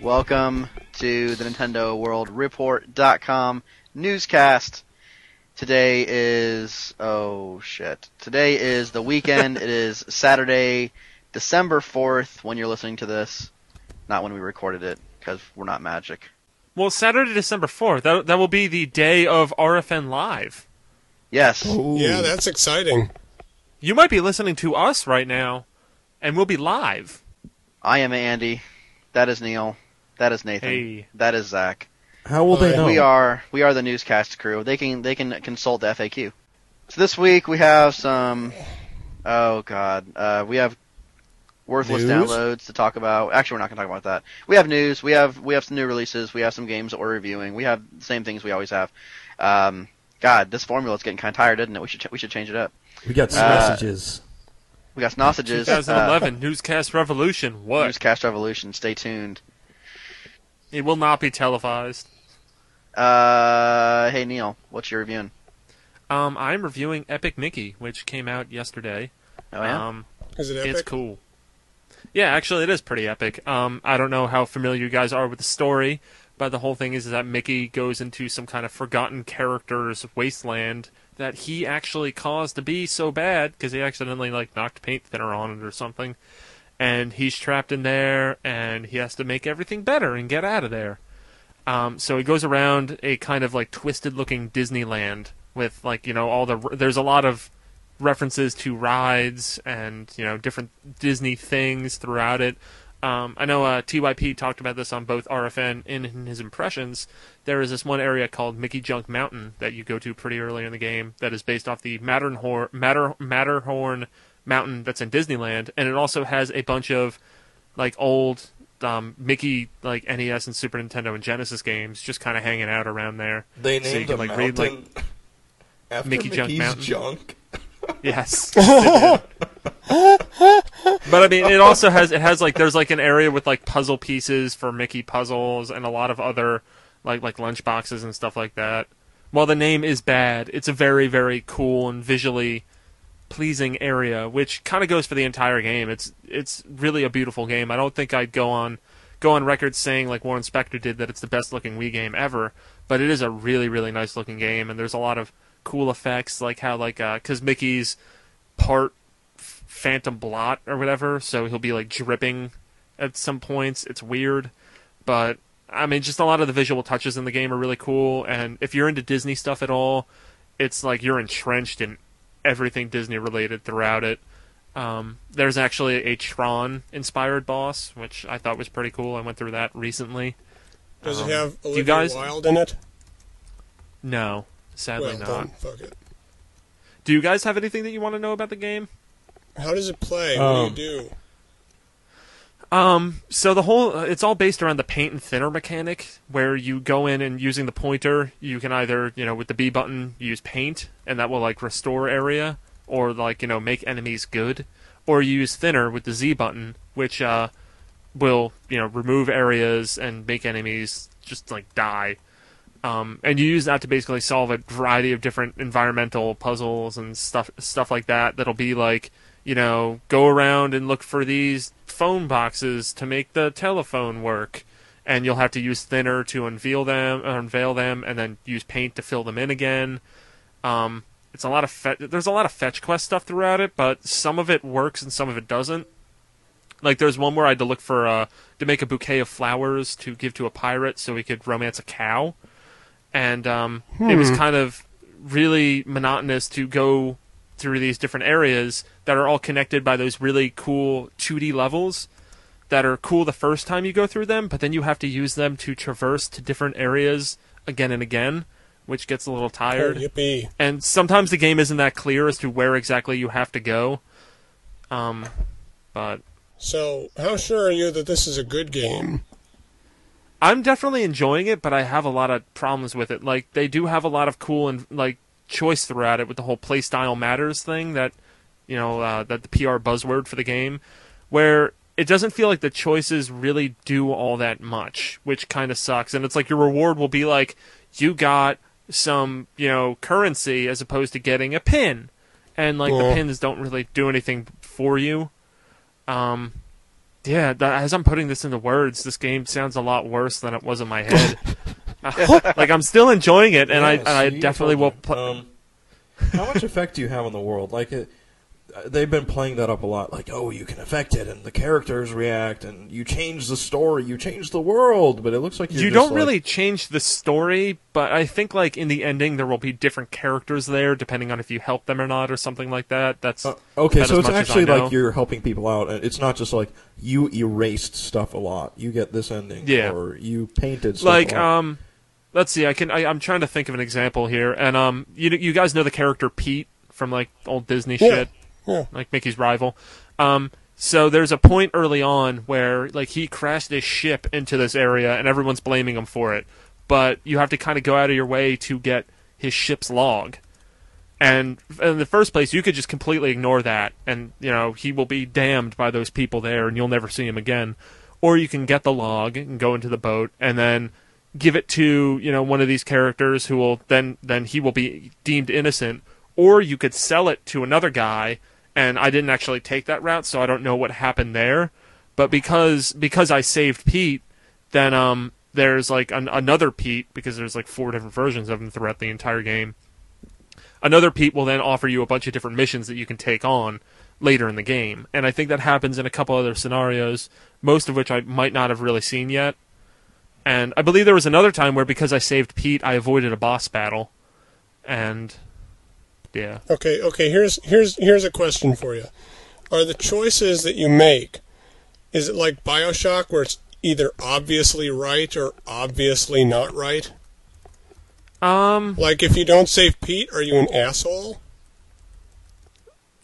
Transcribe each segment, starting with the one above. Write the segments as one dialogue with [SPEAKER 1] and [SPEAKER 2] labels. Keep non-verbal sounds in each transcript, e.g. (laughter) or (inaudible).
[SPEAKER 1] Welcome to the Nintendo World Report.com newscast. Today is, oh shit. Today is the weekend. it is Saturday, December 4th when you're listening to this. Not when we recorded it, because we're not magic.
[SPEAKER 2] Well, Saturday, December 4th, that, that will be the day of RFN Live.
[SPEAKER 1] Yes.
[SPEAKER 3] Yeah, that's exciting.
[SPEAKER 2] You might be listening to us right now, and we'll be live.
[SPEAKER 1] I am Andy. That is Neil. That is Nathan.
[SPEAKER 2] Hey.
[SPEAKER 1] That is Zach.
[SPEAKER 4] How will
[SPEAKER 3] Oh,
[SPEAKER 4] they
[SPEAKER 3] yeah.
[SPEAKER 4] know?
[SPEAKER 1] We are we are the newscast crew. They can they can consult the FAQ. So this week we have some. Oh God, uh, we have worthless
[SPEAKER 4] News?
[SPEAKER 1] downloads to talk about. Actually, we're not going to talk about that. We have news. We have we have some new releases. We have some games that we're reviewing. We have the same things we always have. Um, God, this formula's getting kind of tired, isn't it? We should ch- we should change it up.
[SPEAKER 4] We got some
[SPEAKER 1] Uh,
[SPEAKER 4] messages.
[SPEAKER 1] We got sausages. Uh,
[SPEAKER 2] 2011 Newscast Revolution. What?
[SPEAKER 1] newscast revolution. Stay tuned.
[SPEAKER 2] It will not be televised.
[SPEAKER 1] Uh, hey Neil, what's your reviewing?
[SPEAKER 2] Um, I'm reviewing Epic Mickey, which came out yesterday.
[SPEAKER 1] Oh yeah,
[SPEAKER 2] Um,
[SPEAKER 3] Is it epic?
[SPEAKER 2] It's cool. Yeah, actually, it is pretty epic. Um, I don't know how familiar you guys are with the story, but the whole thing is that Mickey goes into some kind of forgotten character's wasteland that he actually caused to be so bad because he accidentally like knocked paint thinner on it or something, and he's trapped in there and he has to make everything better and get out of there. Um, so he goes around a kind of like twisted looking Disneyland with like you know all the there's a lot of references to rides and you know different Disney things throughout it. Um, I know uh, TYP talked about this on both RFN and in his impressions. There is this one area called Mickey Junk Mountain that you go to pretty early in the game that is based off the Matterhorn, Matter, Matterhorn Mountain that's in Disneyland, and it also has a bunch of like old um, Mickey like NES and Super Nintendo and Genesis games just kind of hanging out around there.
[SPEAKER 5] They
[SPEAKER 2] So you
[SPEAKER 5] named
[SPEAKER 2] can,
[SPEAKER 5] a
[SPEAKER 2] like,
[SPEAKER 5] mountain (laughs)
[SPEAKER 2] read, like-
[SPEAKER 5] after
[SPEAKER 2] Mickey Junk
[SPEAKER 5] Mickey's
[SPEAKER 2] Mountain.
[SPEAKER 5] junk.
[SPEAKER 2] Yes. (laughs) but I mean, it also has it has like there's like an area with like puzzle pieces for Mickey puzzles and a lot of other like like lunch boxes and stuff like that. While the name is bad, it's a very very cool and visually pleasing area, which kind of goes for the entire game. It's it's really a beautiful game. I don't think I'd go on go on record saying like Warren Spector did that it's the best looking Wii game ever, but it is a really really nice looking game, and there's a lot of cool effects like how like because Mickey's part f- phantom blot or whatever, so he'll be like dripping at some points. It's weird, but I mean, just a lot of the visual touches in the game are really cool. And if you're into Disney stuff at all, it's like you're entrenched in everything Disney related throughout it. Um, there's actually a Tron inspired boss, which I thought was pretty cool. I went through that recently.
[SPEAKER 3] Does
[SPEAKER 2] Um,
[SPEAKER 3] it have
[SPEAKER 2] you
[SPEAKER 3] Olivia
[SPEAKER 2] guys-
[SPEAKER 3] Wilde in it?
[SPEAKER 2] No, sadly
[SPEAKER 3] well,
[SPEAKER 2] not.
[SPEAKER 3] then fuck it.
[SPEAKER 2] Do you guys have anything that you want to know about the game?
[SPEAKER 3] How does it play?
[SPEAKER 4] Um,
[SPEAKER 3] what do you do?
[SPEAKER 2] Um, so the whole it's all based around the paint and thinner mechanic, where you go in and using the pointer, you can either you know with the B button use paint, and that will like restore area, or like you know make enemies good, or you use thinner with the Z button, which uh, will you know remove areas and make enemies just like die. Um, and you use that to basically solve a variety of different environmental puzzles and stuff stuff like that. That'll be like you know go around and look for these phone boxes to make the telephone work, and you'll have to use thinner to unveil them, unveil them, and then use paint to fill them in again. Um, it's a lot of fe- there's a lot of fetch quest stuff throughout it, but some of it works and some of it doesn't. Like there's one where I had to look for uh, to make a bouquet of flowers to give to a pirate so he could romance a cow, and um, it was kind of really monotonous to go through these different areas that are all connected by those really cool 2D levels that are cool the first time you go through them, but then you have to use them to traverse to different areas again and again, which gets a little
[SPEAKER 3] Oh,
[SPEAKER 2] tired
[SPEAKER 3] yippee.
[SPEAKER 2] and sometimes the game isn't that clear as to where exactly you have to go. Um, but
[SPEAKER 3] So, how sure are you that this is a good game?
[SPEAKER 2] I'm definitely enjoying it, but I have a lot of problems with it. Like they do have a lot of cool and like choice throughout it with the whole playstyle matters thing that you know uh, that the PR buzzword for the game, where it doesn't feel like the choices really do all that much, which kind of sucks. And it's like your reward will be like you got some you know currency as opposed to getting a pin, and like the
[SPEAKER 3] Yeah.
[SPEAKER 2] pins don't really do anything for you. Um, yeah, th- as I'm putting this into words, this game sounds a lot worse than it was in my
[SPEAKER 4] (laughs)
[SPEAKER 2] head. (laughs) like I'm still enjoying it, and I,
[SPEAKER 4] Yeah,
[SPEAKER 2] and I
[SPEAKER 4] see,
[SPEAKER 2] definitely will.
[SPEAKER 4] told you.
[SPEAKER 2] Pl-
[SPEAKER 4] Um, how much effect do you have on the world? Like, it, uh, they've been playing that up a lot. Like, oh, you can affect it, and the characters react, and you change the story, you change the world. But it looks like you're
[SPEAKER 2] you
[SPEAKER 4] just
[SPEAKER 2] don't
[SPEAKER 4] like-
[SPEAKER 2] really change the story, but I think like in the ending there will be different characters there, depending on if you help them or not, or something like that. That's
[SPEAKER 4] Uh, okay,
[SPEAKER 2] about
[SPEAKER 4] so
[SPEAKER 2] as
[SPEAKER 4] it's
[SPEAKER 2] much as I
[SPEAKER 4] actually
[SPEAKER 2] know.
[SPEAKER 4] like you're helping people out. and It's not just like you erased stuff a lot. You get this ending,
[SPEAKER 2] Yeah.
[SPEAKER 4] or you painted stuff
[SPEAKER 2] like
[SPEAKER 4] a lot.
[SPEAKER 2] um, let's see, I can I, I'm trying to think of an example here, and um, you you guys know the character Pete from like old Disney
[SPEAKER 3] Yeah.
[SPEAKER 2] shit.
[SPEAKER 3] Yeah.
[SPEAKER 2] like Mickey's rival. Um, so there's a point early on where like he crashed his ship into this area, and everyone's blaming him for it. But you have to kind of go out of your way to get his ship's log. And in the first place, you could just completely ignore that, and you know he will be damned by those people there, and you'll never see him again. Or you can get the log and go into the boat, and then give it to you know one of these characters who will then then he will be deemed innocent. Or you could sell it to another guy, and I didn't actually take that route, so I don't know what happened there. But because because I saved Pete, then um there's like an, another Pete because there's like four different versions of him throughout the entire game another Pete will then offer you a bunch of different missions that you can take on later in the game. And I think that happens in a couple other scenarios, most of which I might not have really seen yet. And I believe there was another time where because I saved Pete, I avoided a boss battle. And yeah.
[SPEAKER 3] Okay, okay. Here's here's here's a question for you. Are the choices that you make is it like BioShock where it's either obviously right or obviously not right?
[SPEAKER 2] Um
[SPEAKER 3] Like if you don't save Pete, are you an asshole?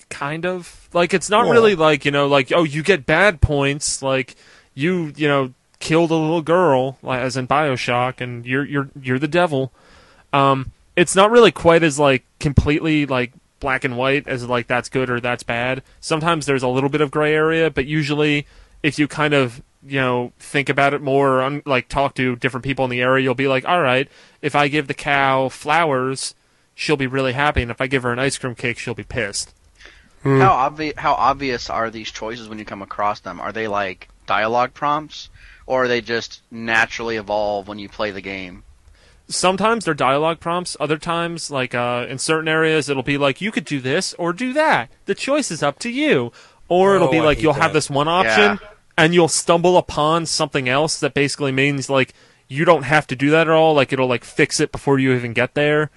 [SPEAKER 2] kind of like it's not
[SPEAKER 3] Yeah.
[SPEAKER 2] really like, you know, like oh, you get bad points like you, you know, killed a little girl like as in BioShock and you're you're you're the devil. um, it's not really quite as like completely like black and white as like that's good or that's bad. Sometimes there's a little bit of gray area, but usually if you kind of you know think about it more or un- like talk to different people in the area, you'll be like, all right, if I give the cow flowers, she'll be really happy, and if I give her an ice cream cake, she'll be pissed.
[SPEAKER 1] How obvious how obvious are these choices when you come across them? Are they like dialogue prompts or are they just naturally evolve when you play the game?
[SPEAKER 2] Sometimes they're dialogue prompts. Other times, like uh, in certain areas, it'll be like you could do this or do that. The choice is up to you. Or it'll
[SPEAKER 4] Oh,
[SPEAKER 2] be
[SPEAKER 4] I
[SPEAKER 2] like
[SPEAKER 4] hate
[SPEAKER 2] you'll have
[SPEAKER 4] that.
[SPEAKER 2] this one option,
[SPEAKER 1] Yeah.
[SPEAKER 2] and you'll stumble upon something else that basically means like you don't have to do that at all. Like it'll like fix it before you even get there,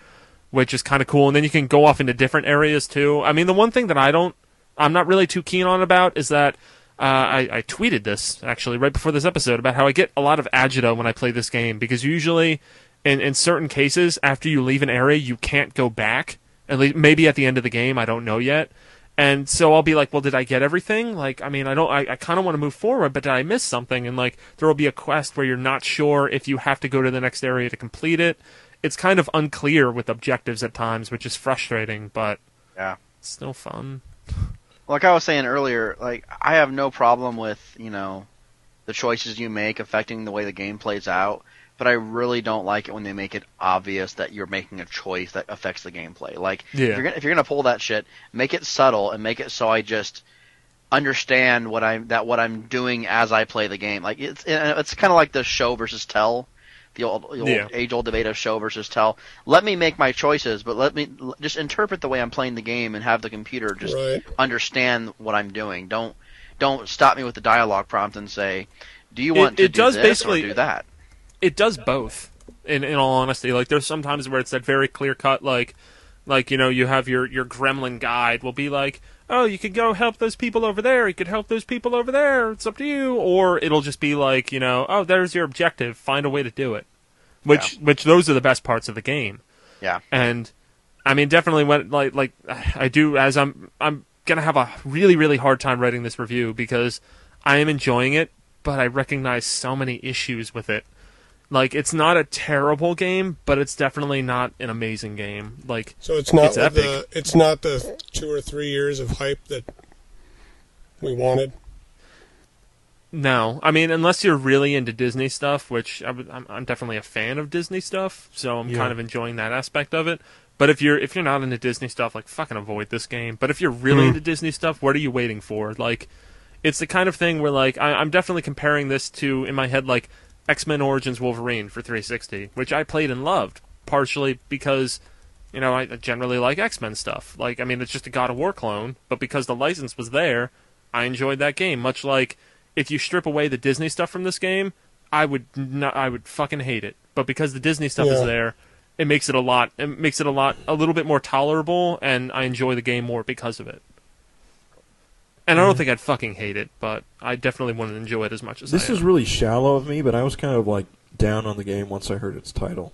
[SPEAKER 2] which is kind of cool. And then you can go off into different areas too. I mean, the one thing that I don't, I'm not really too keen on about is that. Uh, I, I tweeted this actually right before this episode about how I get a lot of agita when I play this game because usually, in, in certain cases, after you leave an area, you can't go back. At least maybe at the end of the game, I don't know yet. And so I'll be like, well, did I get everything? Like, I mean, I don't, I, I kind of want to move forward, but did I miss something? And like, there will be a quest where you're not sure if you have to go to the next area to complete it. It's kind of unclear with objectives at times, which is frustrating, but
[SPEAKER 1] Yeah.
[SPEAKER 2] it's still fun.
[SPEAKER 1] Like I was saying earlier, like I have no problem with, you know, the choices you make affecting the way the game plays out, but I really don't like it when they make it obvious that you're making a choice that affects the gameplay. Like
[SPEAKER 2] Yeah.
[SPEAKER 1] if you're gonna, if you're gonna pull that shit, make it subtle and make it so I just understand what I'm that what I'm doing as I play the game. Like it's it's kind of like the show versus tell, the old, the old
[SPEAKER 2] Yeah.
[SPEAKER 1] age old debate of show versus tell. Let me make my choices, but let me l- just interpret the way I'm playing the game and have the computer just
[SPEAKER 3] Right.
[SPEAKER 1] understand what I'm doing. Don't don't stop me with the dialogue prompt and say, "Do you
[SPEAKER 2] It-
[SPEAKER 1] want to
[SPEAKER 2] it
[SPEAKER 1] do
[SPEAKER 2] does
[SPEAKER 1] this
[SPEAKER 2] basically-
[SPEAKER 1] or do that?"
[SPEAKER 2] it does both. In in all honesty, like there's sometimes where it's that very clear cut, like like you know you have your your gremlin guide will be like, oh, you could go help those people over there. You could help those people over there. It's up to you. Or it'll just be like you know, oh, there's your objective. Find a way to do it. Which which those are the best parts of the game
[SPEAKER 1] Yeah.
[SPEAKER 2] and I mean, definitely when like like I do as I'm I'm gonna have a really really hard time writing this review because I am enjoying it, but I recognize so many issues with it. Like it's not a terrible game, but it's definitely not an amazing game. Like
[SPEAKER 3] So it's not
[SPEAKER 2] It's
[SPEAKER 3] with the it's not the two or three years of hype that we wanted.
[SPEAKER 2] no, I mean unless you're really into Disney stuff, which I would- I'm, I'm definitely a fan of Disney stuff, so I'm
[SPEAKER 4] Yeah.
[SPEAKER 2] kind of enjoying that aspect of it. But if you're if you're not into Disney stuff, like fucking avoid this game. But if you're really into Disney stuff, what are you waiting for? Like It's the kind of thing where like I, I'm definitely comparing this to in my head like X Men Origins Wolverine for 360, which I played and loved, partially because you know I generally like X Men stuff. Like I mean, it's just a God of War clone, but because the license was there, I enjoyed that game. Much like if you strip away the Disney stuff from this game, I would not, I would fucking hate it. But because the Disney stuff is
[SPEAKER 3] Yeah.
[SPEAKER 2] there, it makes it a lot. It makes it a lot, a little bit more tolerable, and I enjoy the game more because of it. And
[SPEAKER 4] Mm.
[SPEAKER 2] I don't think I'd fucking hate it, but I definitely wouldn't enjoy it as much as
[SPEAKER 4] This
[SPEAKER 2] I
[SPEAKER 4] is
[SPEAKER 2] am.
[SPEAKER 4] really shallow of me, but I was kind of like down on the game once I heard its title.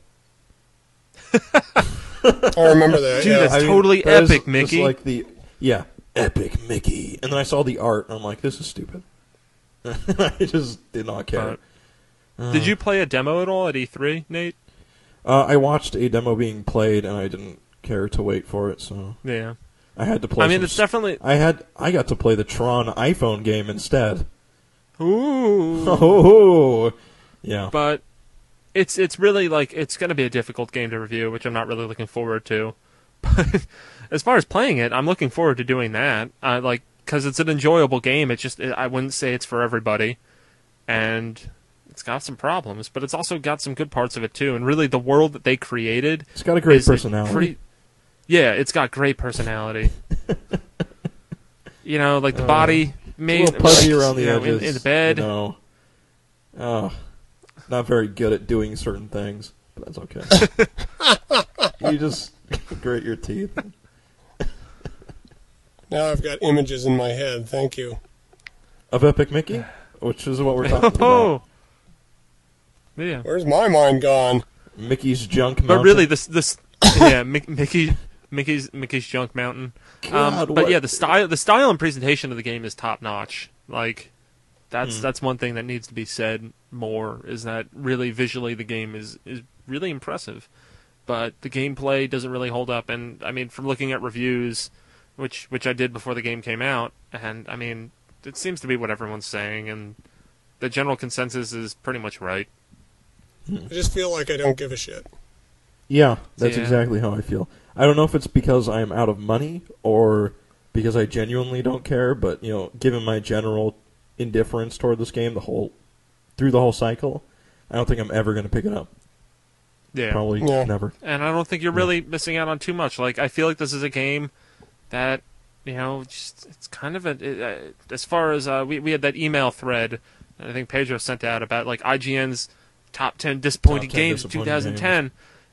[SPEAKER 3] I remember that.
[SPEAKER 2] Dude,
[SPEAKER 3] yeah.
[SPEAKER 2] that's
[SPEAKER 4] I mean,
[SPEAKER 2] totally
[SPEAKER 4] that is
[SPEAKER 2] epic,
[SPEAKER 4] just
[SPEAKER 2] Mickey.
[SPEAKER 4] like the yeah, epic Mickey. And then I saw the art, and I'm like, this is stupid. (laughs) I just did not care.
[SPEAKER 2] But- Did you play a demo at all at E3, Nate?
[SPEAKER 4] Uh, I watched a demo being played, and I didn't care to wait for it, so
[SPEAKER 2] Yeah.
[SPEAKER 4] I had to play.
[SPEAKER 2] I mean,
[SPEAKER 4] some
[SPEAKER 2] it's definitely.
[SPEAKER 4] I had I got to play the Tron iPhone game instead. (laughs)
[SPEAKER 2] Ooh. (laughs)
[SPEAKER 4] Oh, yeah.
[SPEAKER 2] but it's it's really like it's going to be a difficult game to review, which I'm not really looking forward to. (laughs) But as far as playing it, I'm looking forward to doing that. I like because it's an enjoyable game. It's just I wouldn't say it's for everybody, and it's got some problems, but it's also got some good parts of it too. And really, the world that they created
[SPEAKER 4] It's got a great
[SPEAKER 2] is a
[SPEAKER 4] personality.
[SPEAKER 2] pretty- yeah, it's got great personality. you know, like the
[SPEAKER 4] Uh,
[SPEAKER 2] body
[SPEAKER 4] a
[SPEAKER 2] made
[SPEAKER 4] little fuzzy around the
[SPEAKER 2] you know, in-
[SPEAKER 4] edges.
[SPEAKER 2] in, the bed.
[SPEAKER 4] You know. Oh, not very good at doing certain things, but that's okay.
[SPEAKER 2] (laughs)
[SPEAKER 4] you just (laughs) grit your teeth.
[SPEAKER 3] Now I've got images in my head. Thank you.
[SPEAKER 4] Of Epic Mickey, which is what
[SPEAKER 2] (laughs)
[SPEAKER 4] we're talking about.
[SPEAKER 2] Oh, yeah.
[SPEAKER 3] Where's my mind gone?
[SPEAKER 4] Mickey's junk mountain.
[SPEAKER 2] But really, this this yeah, Mic- Mickey Mickey's Mickey's Junk Mountain.
[SPEAKER 4] God,
[SPEAKER 2] um, but
[SPEAKER 4] what-
[SPEAKER 2] yeah, the style the style and presentation of the game is top notch. Like that's
[SPEAKER 4] Hmm.
[SPEAKER 2] that's one thing that needs to be said more is that really visually the game is is really impressive, but the gameplay doesn't really hold up. And I mean, from looking at reviews, which which I did before the game came out, and I mean, it seems to be what everyone's saying, and the general consensus is pretty much right.
[SPEAKER 3] I just feel like I don't give a shit.
[SPEAKER 4] Yeah, that's
[SPEAKER 2] Yeah.
[SPEAKER 4] exactly how I feel. I don't know if it's because I'm out of money or because I genuinely don't care, but you know, given my general indifference toward this game, the whole through the whole cycle, I don't think I'm ever going to pick it up.
[SPEAKER 2] Yeah.
[SPEAKER 4] Probably
[SPEAKER 3] Yeah.
[SPEAKER 4] never.
[SPEAKER 2] and I don't think you're really missing out on too much. Like I feel like this is a game that you know just it's kind of a it, uh, as far as uh, we we had that email thread that I think Pedro sent out about like IGN's top ten disappointing
[SPEAKER 4] Top 10
[SPEAKER 2] games of
[SPEAKER 4] disappointing
[SPEAKER 2] 2010,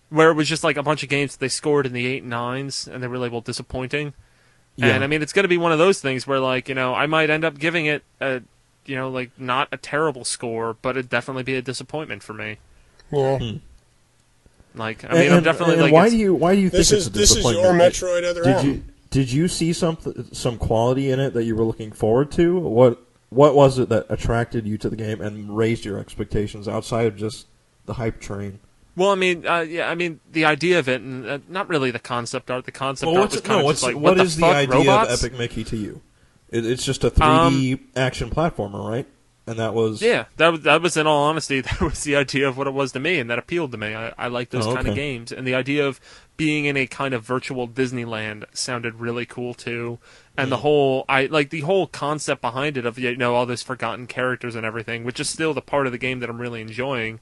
[SPEAKER 2] where it was just like a bunch of games that they scored in the eight and nines, and they were labeled disappointing.
[SPEAKER 4] Yeah.
[SPEAKER 2] And I mean, it's going to be one of those things where, like, you know, I might end up giving it a, you know, like not a terrible score, but it'd definitely be a disappointment for me.
[SPEAKER 3] Yeah.
[SPEAKER 4] Hmm.
[SPEAKER 2] Like, I mean, I'm definitely
[SPEAKER 4] and
[SPEAKER 2] like,
[SPEAKER 4] why
[SPEAKER 2] it's-
[SPEAKER 4] do you why do you
[SPEAKER 3] This
[SPEAKER 4] think
[SPEAKER 3] is
[SPEAKER 4] it's a
[SPEAKER 3] this is your
[SPEAKER 4] disappointment?
[SPEAKER 3] Metroid Other
[SPEAKER 4] Did
[SPEAKER 3] M.
[SPEAKER 4] you did you see some some quality in it that you were looking forward to? What what was it that attracted you to the game and raised your expectations outside of just the hype train?
[SPEAKER 2] Well, I mean, uh, yeah, I mean the idea of it, and uh, not really the concept art. The concept art was kind of just like, what
[SPEAKER 4] what is
[SPEAKER 2] the,
[SPEAKER 4] the,
[SPEAKER 2] fuck,
[SPEAKER 4] idea
[SPEAKER 2] robots? Um,
[SPEAKER 4] of Epic Mickey to you? It, it's just a 3D action platformer, right? And that was
[SPEAKER 2] Yeah, that was that was in all honesty, (laughs) that was the idea of what it was to me, and that appealed to me. I, I like those
[SPEAKER 4] Oh,
[SPEAKER 2] kind of
[SPEAKER 4] okay.
[SPEAKER 2] games, and the idea of being in a kind of virtual Disneyland sounded really cool too. And the whole, I like the whole concept behind it of you know all those forgotten characters and everything, which is still the part of the game that I'm really enjoying.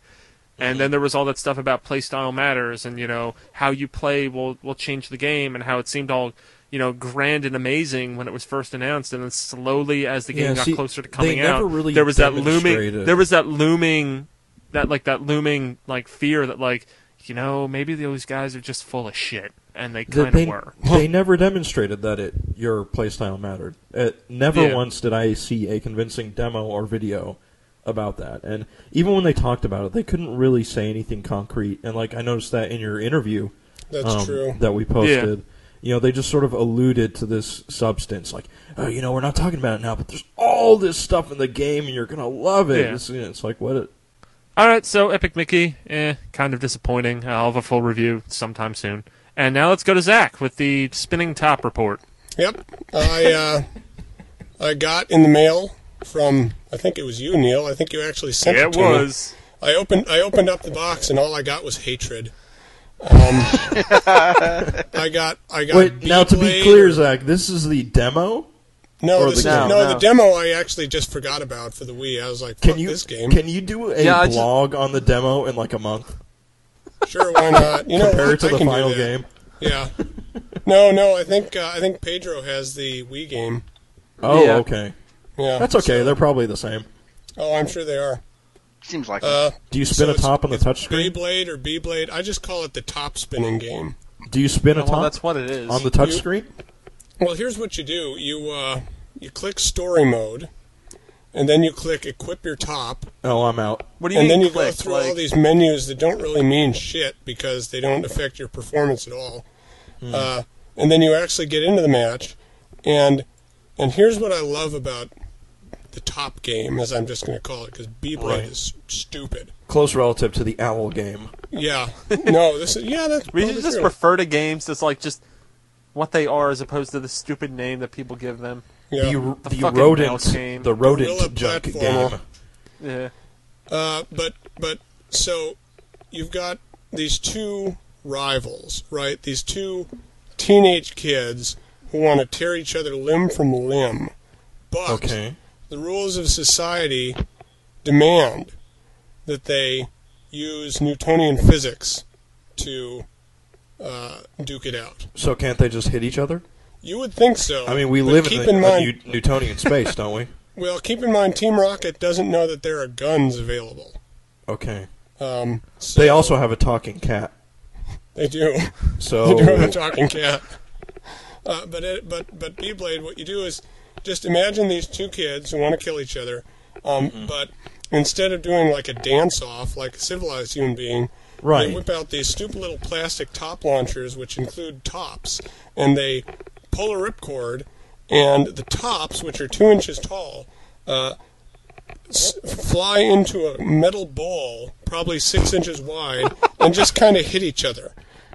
[SPEAKER 2] And then there was all that stuff about playstyle matters, and you know how you play will will change the game, and how it seemed all you know grand and amazing when it was first announced, and then slowly as the game
[SPEAKER 4] Yeah,
[SPEAKER 2] got
[SPEAKER 4] see,
[SPEAKER 2] closer to
[SPEAKER 4] they
[SPEAKER 2] coming
[SPEAKER 4] never
[SPEAKER 2] out,
[SPEAKER 4] really
[SPEAKER 2] there was that looming.
[SPEAKER 4] demonstrated-
[SPEAKER 2] There was that looming, that like that looming like fear that like you know maybe those guys are just full of shit, and they
[SPEAKER 4] They,
[SPEAKER 2] kind of
[SPEAKER 4] they,
[SPEAKER 2] were.
[SPEAKER 4] they never demonstrated that it your playstyle mattered. It, never
[SPEAKER 2] Yeah.
[SPEAKER 4] once did I see a convincing demo or video about that. And even when they talked about it, they couldn't really say anything concrete. And like I noticed that in your interview,
[SPEAKER 3] That's
[SPEAKER 4] um,
[SPEAKER 3] true.
[SPEAKER 4] that we posted. You know, they just sort of alluded to this substance, like, oh, you know, we're not talking about it now, but there's all this stuff in the game, and you're gonna love it.
[SPEAKER 2] Yeah.
[SPEAKER 4] It's, you know, it's like what? It,
[SPEAKER 2] All right, so Epic Mickey, eh, kind of disappointing. I'll have a full review sometime soon. And now let's go to Zach with the spinning top report.
[SPEAKER 3] Yep. I uh, I got in the mail from I think it was you, Neil. I think you actually sent it to me. I opened I opened up the box and all I got was hatred. Um, I got I got
[SPEAKER 4] wait, now to be
[SPEAKER 3] Beyblade-
[SPEAKER 4] clear, Zach, this is the demo.
[SPEAKER 3] No,
[SPEAKER 4] Or
[SPEAKER 3] this,
[SPEAKER 4] the
[SPEAKER 3] no,
[SPEAKER 1] game.
[SPEAKER 3] the
[SPEAKER 1] No.
[SPEAKER 3] demo I actually just forgot about for the Wii. I was like,
[SPEAKER 4] Can
[SPEAKER 3] fuck
[SPEAKER 4] you
[SPEAKER 3] this game.
[SPEAKER 4] can you do a
[SPEAKER 5] Yeah, I just-
[SPEAKER 4] blog on the demo in like a month?
[SPEAKER 3] Sure, why not? You know,
[SPEAKER 4] Compare
[SPEAKER 3] what?
[SPEAKER 4] it to
[SPEAKER 3] I
[SPEAKER 4] the
[SPEAKER 3] can do
[SPEAKER 4] final
[SPEAKER 3] that.
[SPEAKER 4] game.
[SPEAKER 3] Yeah. No, no, I think uh, I think Pedro has the Wii game.
[SPEAKER 4] Oh,
[SPEAKER 5] Yeah.
[SPEAKER 4] okay.
[SPEAKER 3] Yeah,
[SPEAKER 4] That's okay. They're probably the same.
[SPEAKER 3] Oh, I'm sure they are.
[SPEAKER 1] Seems like
[SPEAKER 3] Uh,
[SPEAKER 4] Do you spin
[SPEAKER 3] so
[SPEAKER 4] a top on the
[SPEAKER 3] it's-
[SPEAKER 4] touch
[SPEAKER 3] it's
[SPEAKER 4] screen?
[SPEAKER 3] Beyblade or B Blade? I just call it the top spinning game.
[SPEAKER 4] Do you spin a
[SPEAKER 5] Well,
[SPEAKER 4] top
[SPEAKER 5] that's what it is.
[SPEAKER 4] on the touch
[SPEAKER 3] You-
[SPEAKER 4] screen?
[SPEAKER 3] Well, here's what you do: you uh, you click story mode, and then you click equip your top,
[SPEAKER 4] Oh, I'm out.
[SPEAKER 5] what do you
[SPEAKER 3] and
[SPEAKER 5] mean
[SPEAKER 3] then you go
[SPEAKER 5] click?
[SPEAKER 3] through
[SPEAKER 5] like,
[SPEAKER 3] all these menus that don't really mean shit because they don't affect your performance at all.
[SPEAKER 5] Hmm.
[SPEAKER 3] Uh, and then you actually get into the match, and and here's what I love about the top game, as I'm just going to call it, because B Blade
[SPEAKER 4] Right.
[SPEAKER 3] is stupid.
[SPEAKER 4] Close relative to the owl game.
[SPEAKER 5] (laughs)
[SPEAKER 3] Yeah, no, this is yeah, that's
[SPEAKER 5] we
[SPEAKER 3] probably
[SPEAKER 5] should just
[SPEAKER 3] true.
[SPEAKER 5] refer to games as like just what they are, as opposed to the stupid name that people give them.
[SPEAKER 3] Yeah.
[SPEAKER 4] The,
[SPEAKER 5] The
[SPEAKER 4] the
[SPEAKER 5] fucking
[SPEAKER 4] rodent,
[SPEAKER 5] mouse game.
[SPEAKER 4] the
[SPEAKER 3] Gorilla
[SPEAKER 4] rodent junk
[SPEAKER 3] platformer.
[SPEAKER 4] game.
[SPEAKER 5] Yeah.
[SPEAKER 3] Uh, but but so you've got these two rivals, right? These two teenage kids who want to tear each other limb from limb. But
[SPEAKER 4] Okay.
[SPEAKER 3] the rules of society demand that they use Newtonian physics to uh, duke it out.
[SPEAKER 4] So can't they just hit each other?
[SPEAKER 3] You would think so.
[SPEAKER 4] I mean, we
[SPEAKER 3] but
[SPEAKER 4] live
[SPEAKER 3] keep
[SPEAKER 4] in, a- a
[SPEAKER 3] mind. (laughs)
[SPEAKER 4] New- Newtonian space, don't we?
[SPEAKER 3] well, keep in mind, Team Rocket doesn't know that there are guns available.
[SPEAKER 4] Okay.
[SPEAKER 3] Um, so
[SPEAKER 4] They also have a talking cat.
[SPEAKER 3] they do. (laughs)
[SPEAKER 4] So
[SPEAKER 3] You do have a talking cat. Uh, but it, but but Beyblade, what you do is just imagine these two kids who want to kill each other, um, but instead of doing like a dance off like a civilized human being,
[SPEAKER 4] Right.
[SPEAKER 3] they whip out these stupid little plastic top launchers, which include tops, and they pull a ripcord, and the tops, which are two inches tall. Uh, s- fly into a metal ball, probably six inches wide, and just kind of hit each other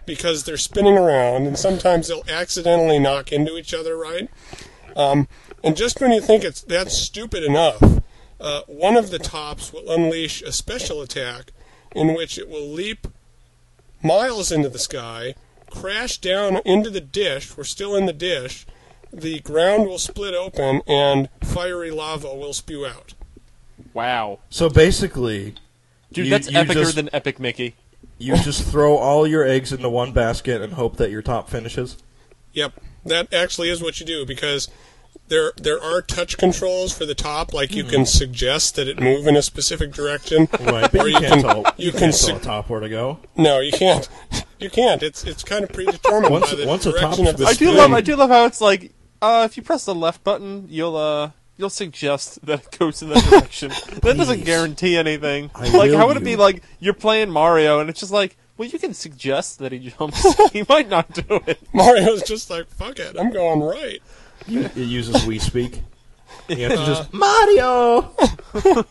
[SPEAKER 3] because they're spinning around, and sometimes they'll accidentally knock into each other, right? Um, and just when you think it's that's stupid enough, uh, one of the tops will unleash a special attack in which it will leap miles into the sky, crash down into the dish. We're still in the dish. The ground will split open, and fiery lava will spew out.
[SPEAKER 5] Wow.
[SPEAKER 4] so basically,
[SPEAKER 5] Dude,
[SPEAKER 4] You-
[SPEAKER 5] that's
[SPEAKER 4] you
[SPEAKER 5] epicer
[SPEAKER 4] just-
[SPEAKER 5] than Epic Mickey.
[SPEAKER 4] you just throw all your eggs into one basket and hope that your top finishes.
[SPEAKER 3] Yep, that actually is what you do because there there are touch controls for the top, like you can suggest that it move in a specific direction.
[SPEAKER 4] Hmm.
[SPEAKER 3] (laughs)
[SPEAKER 4] Right,
[SPEAKER 3] Or
[SPEAKER 4] but you
[SPEAKER 3] you
[SPEAKER 4] can't
[SPEAKER 3] can-
[SPEAKER 4] tell.
[SPEAKER 3] you
[SPEAKER 4] You
[SPEAKER 3] can
[SPEAKER 4] can't
[SPEAKER 3] sig-
[SPEAKER 4] tell a top where to go.
[SPEAKER 3] No, you can't. You can't. It's it's kind of predetermined
[SPEAKER 4] Once-
[SPEAKER 3] by the
[SPEAKER 4] once a
[SPEAKER 3] direction
[SPEAKER 4] top's
[SPEAKER 3] of the
[SPEAKER 5] I do
[SPEAKER 3] screen.
[SPEAKER 5] love. I do love how it's like. Uh, if you press the left button, you'll uh, you'll suggest that it goes
[SPEAKER 3] (laughs)
[SPEAKER 5] in that direction. that doesn't
[SPEAKER 4] Please.
[SPEAKER 5] guarantee anything.
[SPEAKER 4] I
[SPEAKER 5] like,
[SPEAKER 4] will
[SPEAKER 5] how would it
[SPEAKER 4] you.
[SPEAKER 5] be like you're playing Mario and it's just like, well, you can suggest that he
[SPEAKER 3] (laughs)
[SPEAKER 5] jumps. he might not do it.
[SPEAKER 3] Mario's just like fuck it. I'm going right.
[SPEAKER 4] You, it uses we speak. You
[SPEAKER 3] Uh,
[SPEAKER 4] have to just Mario.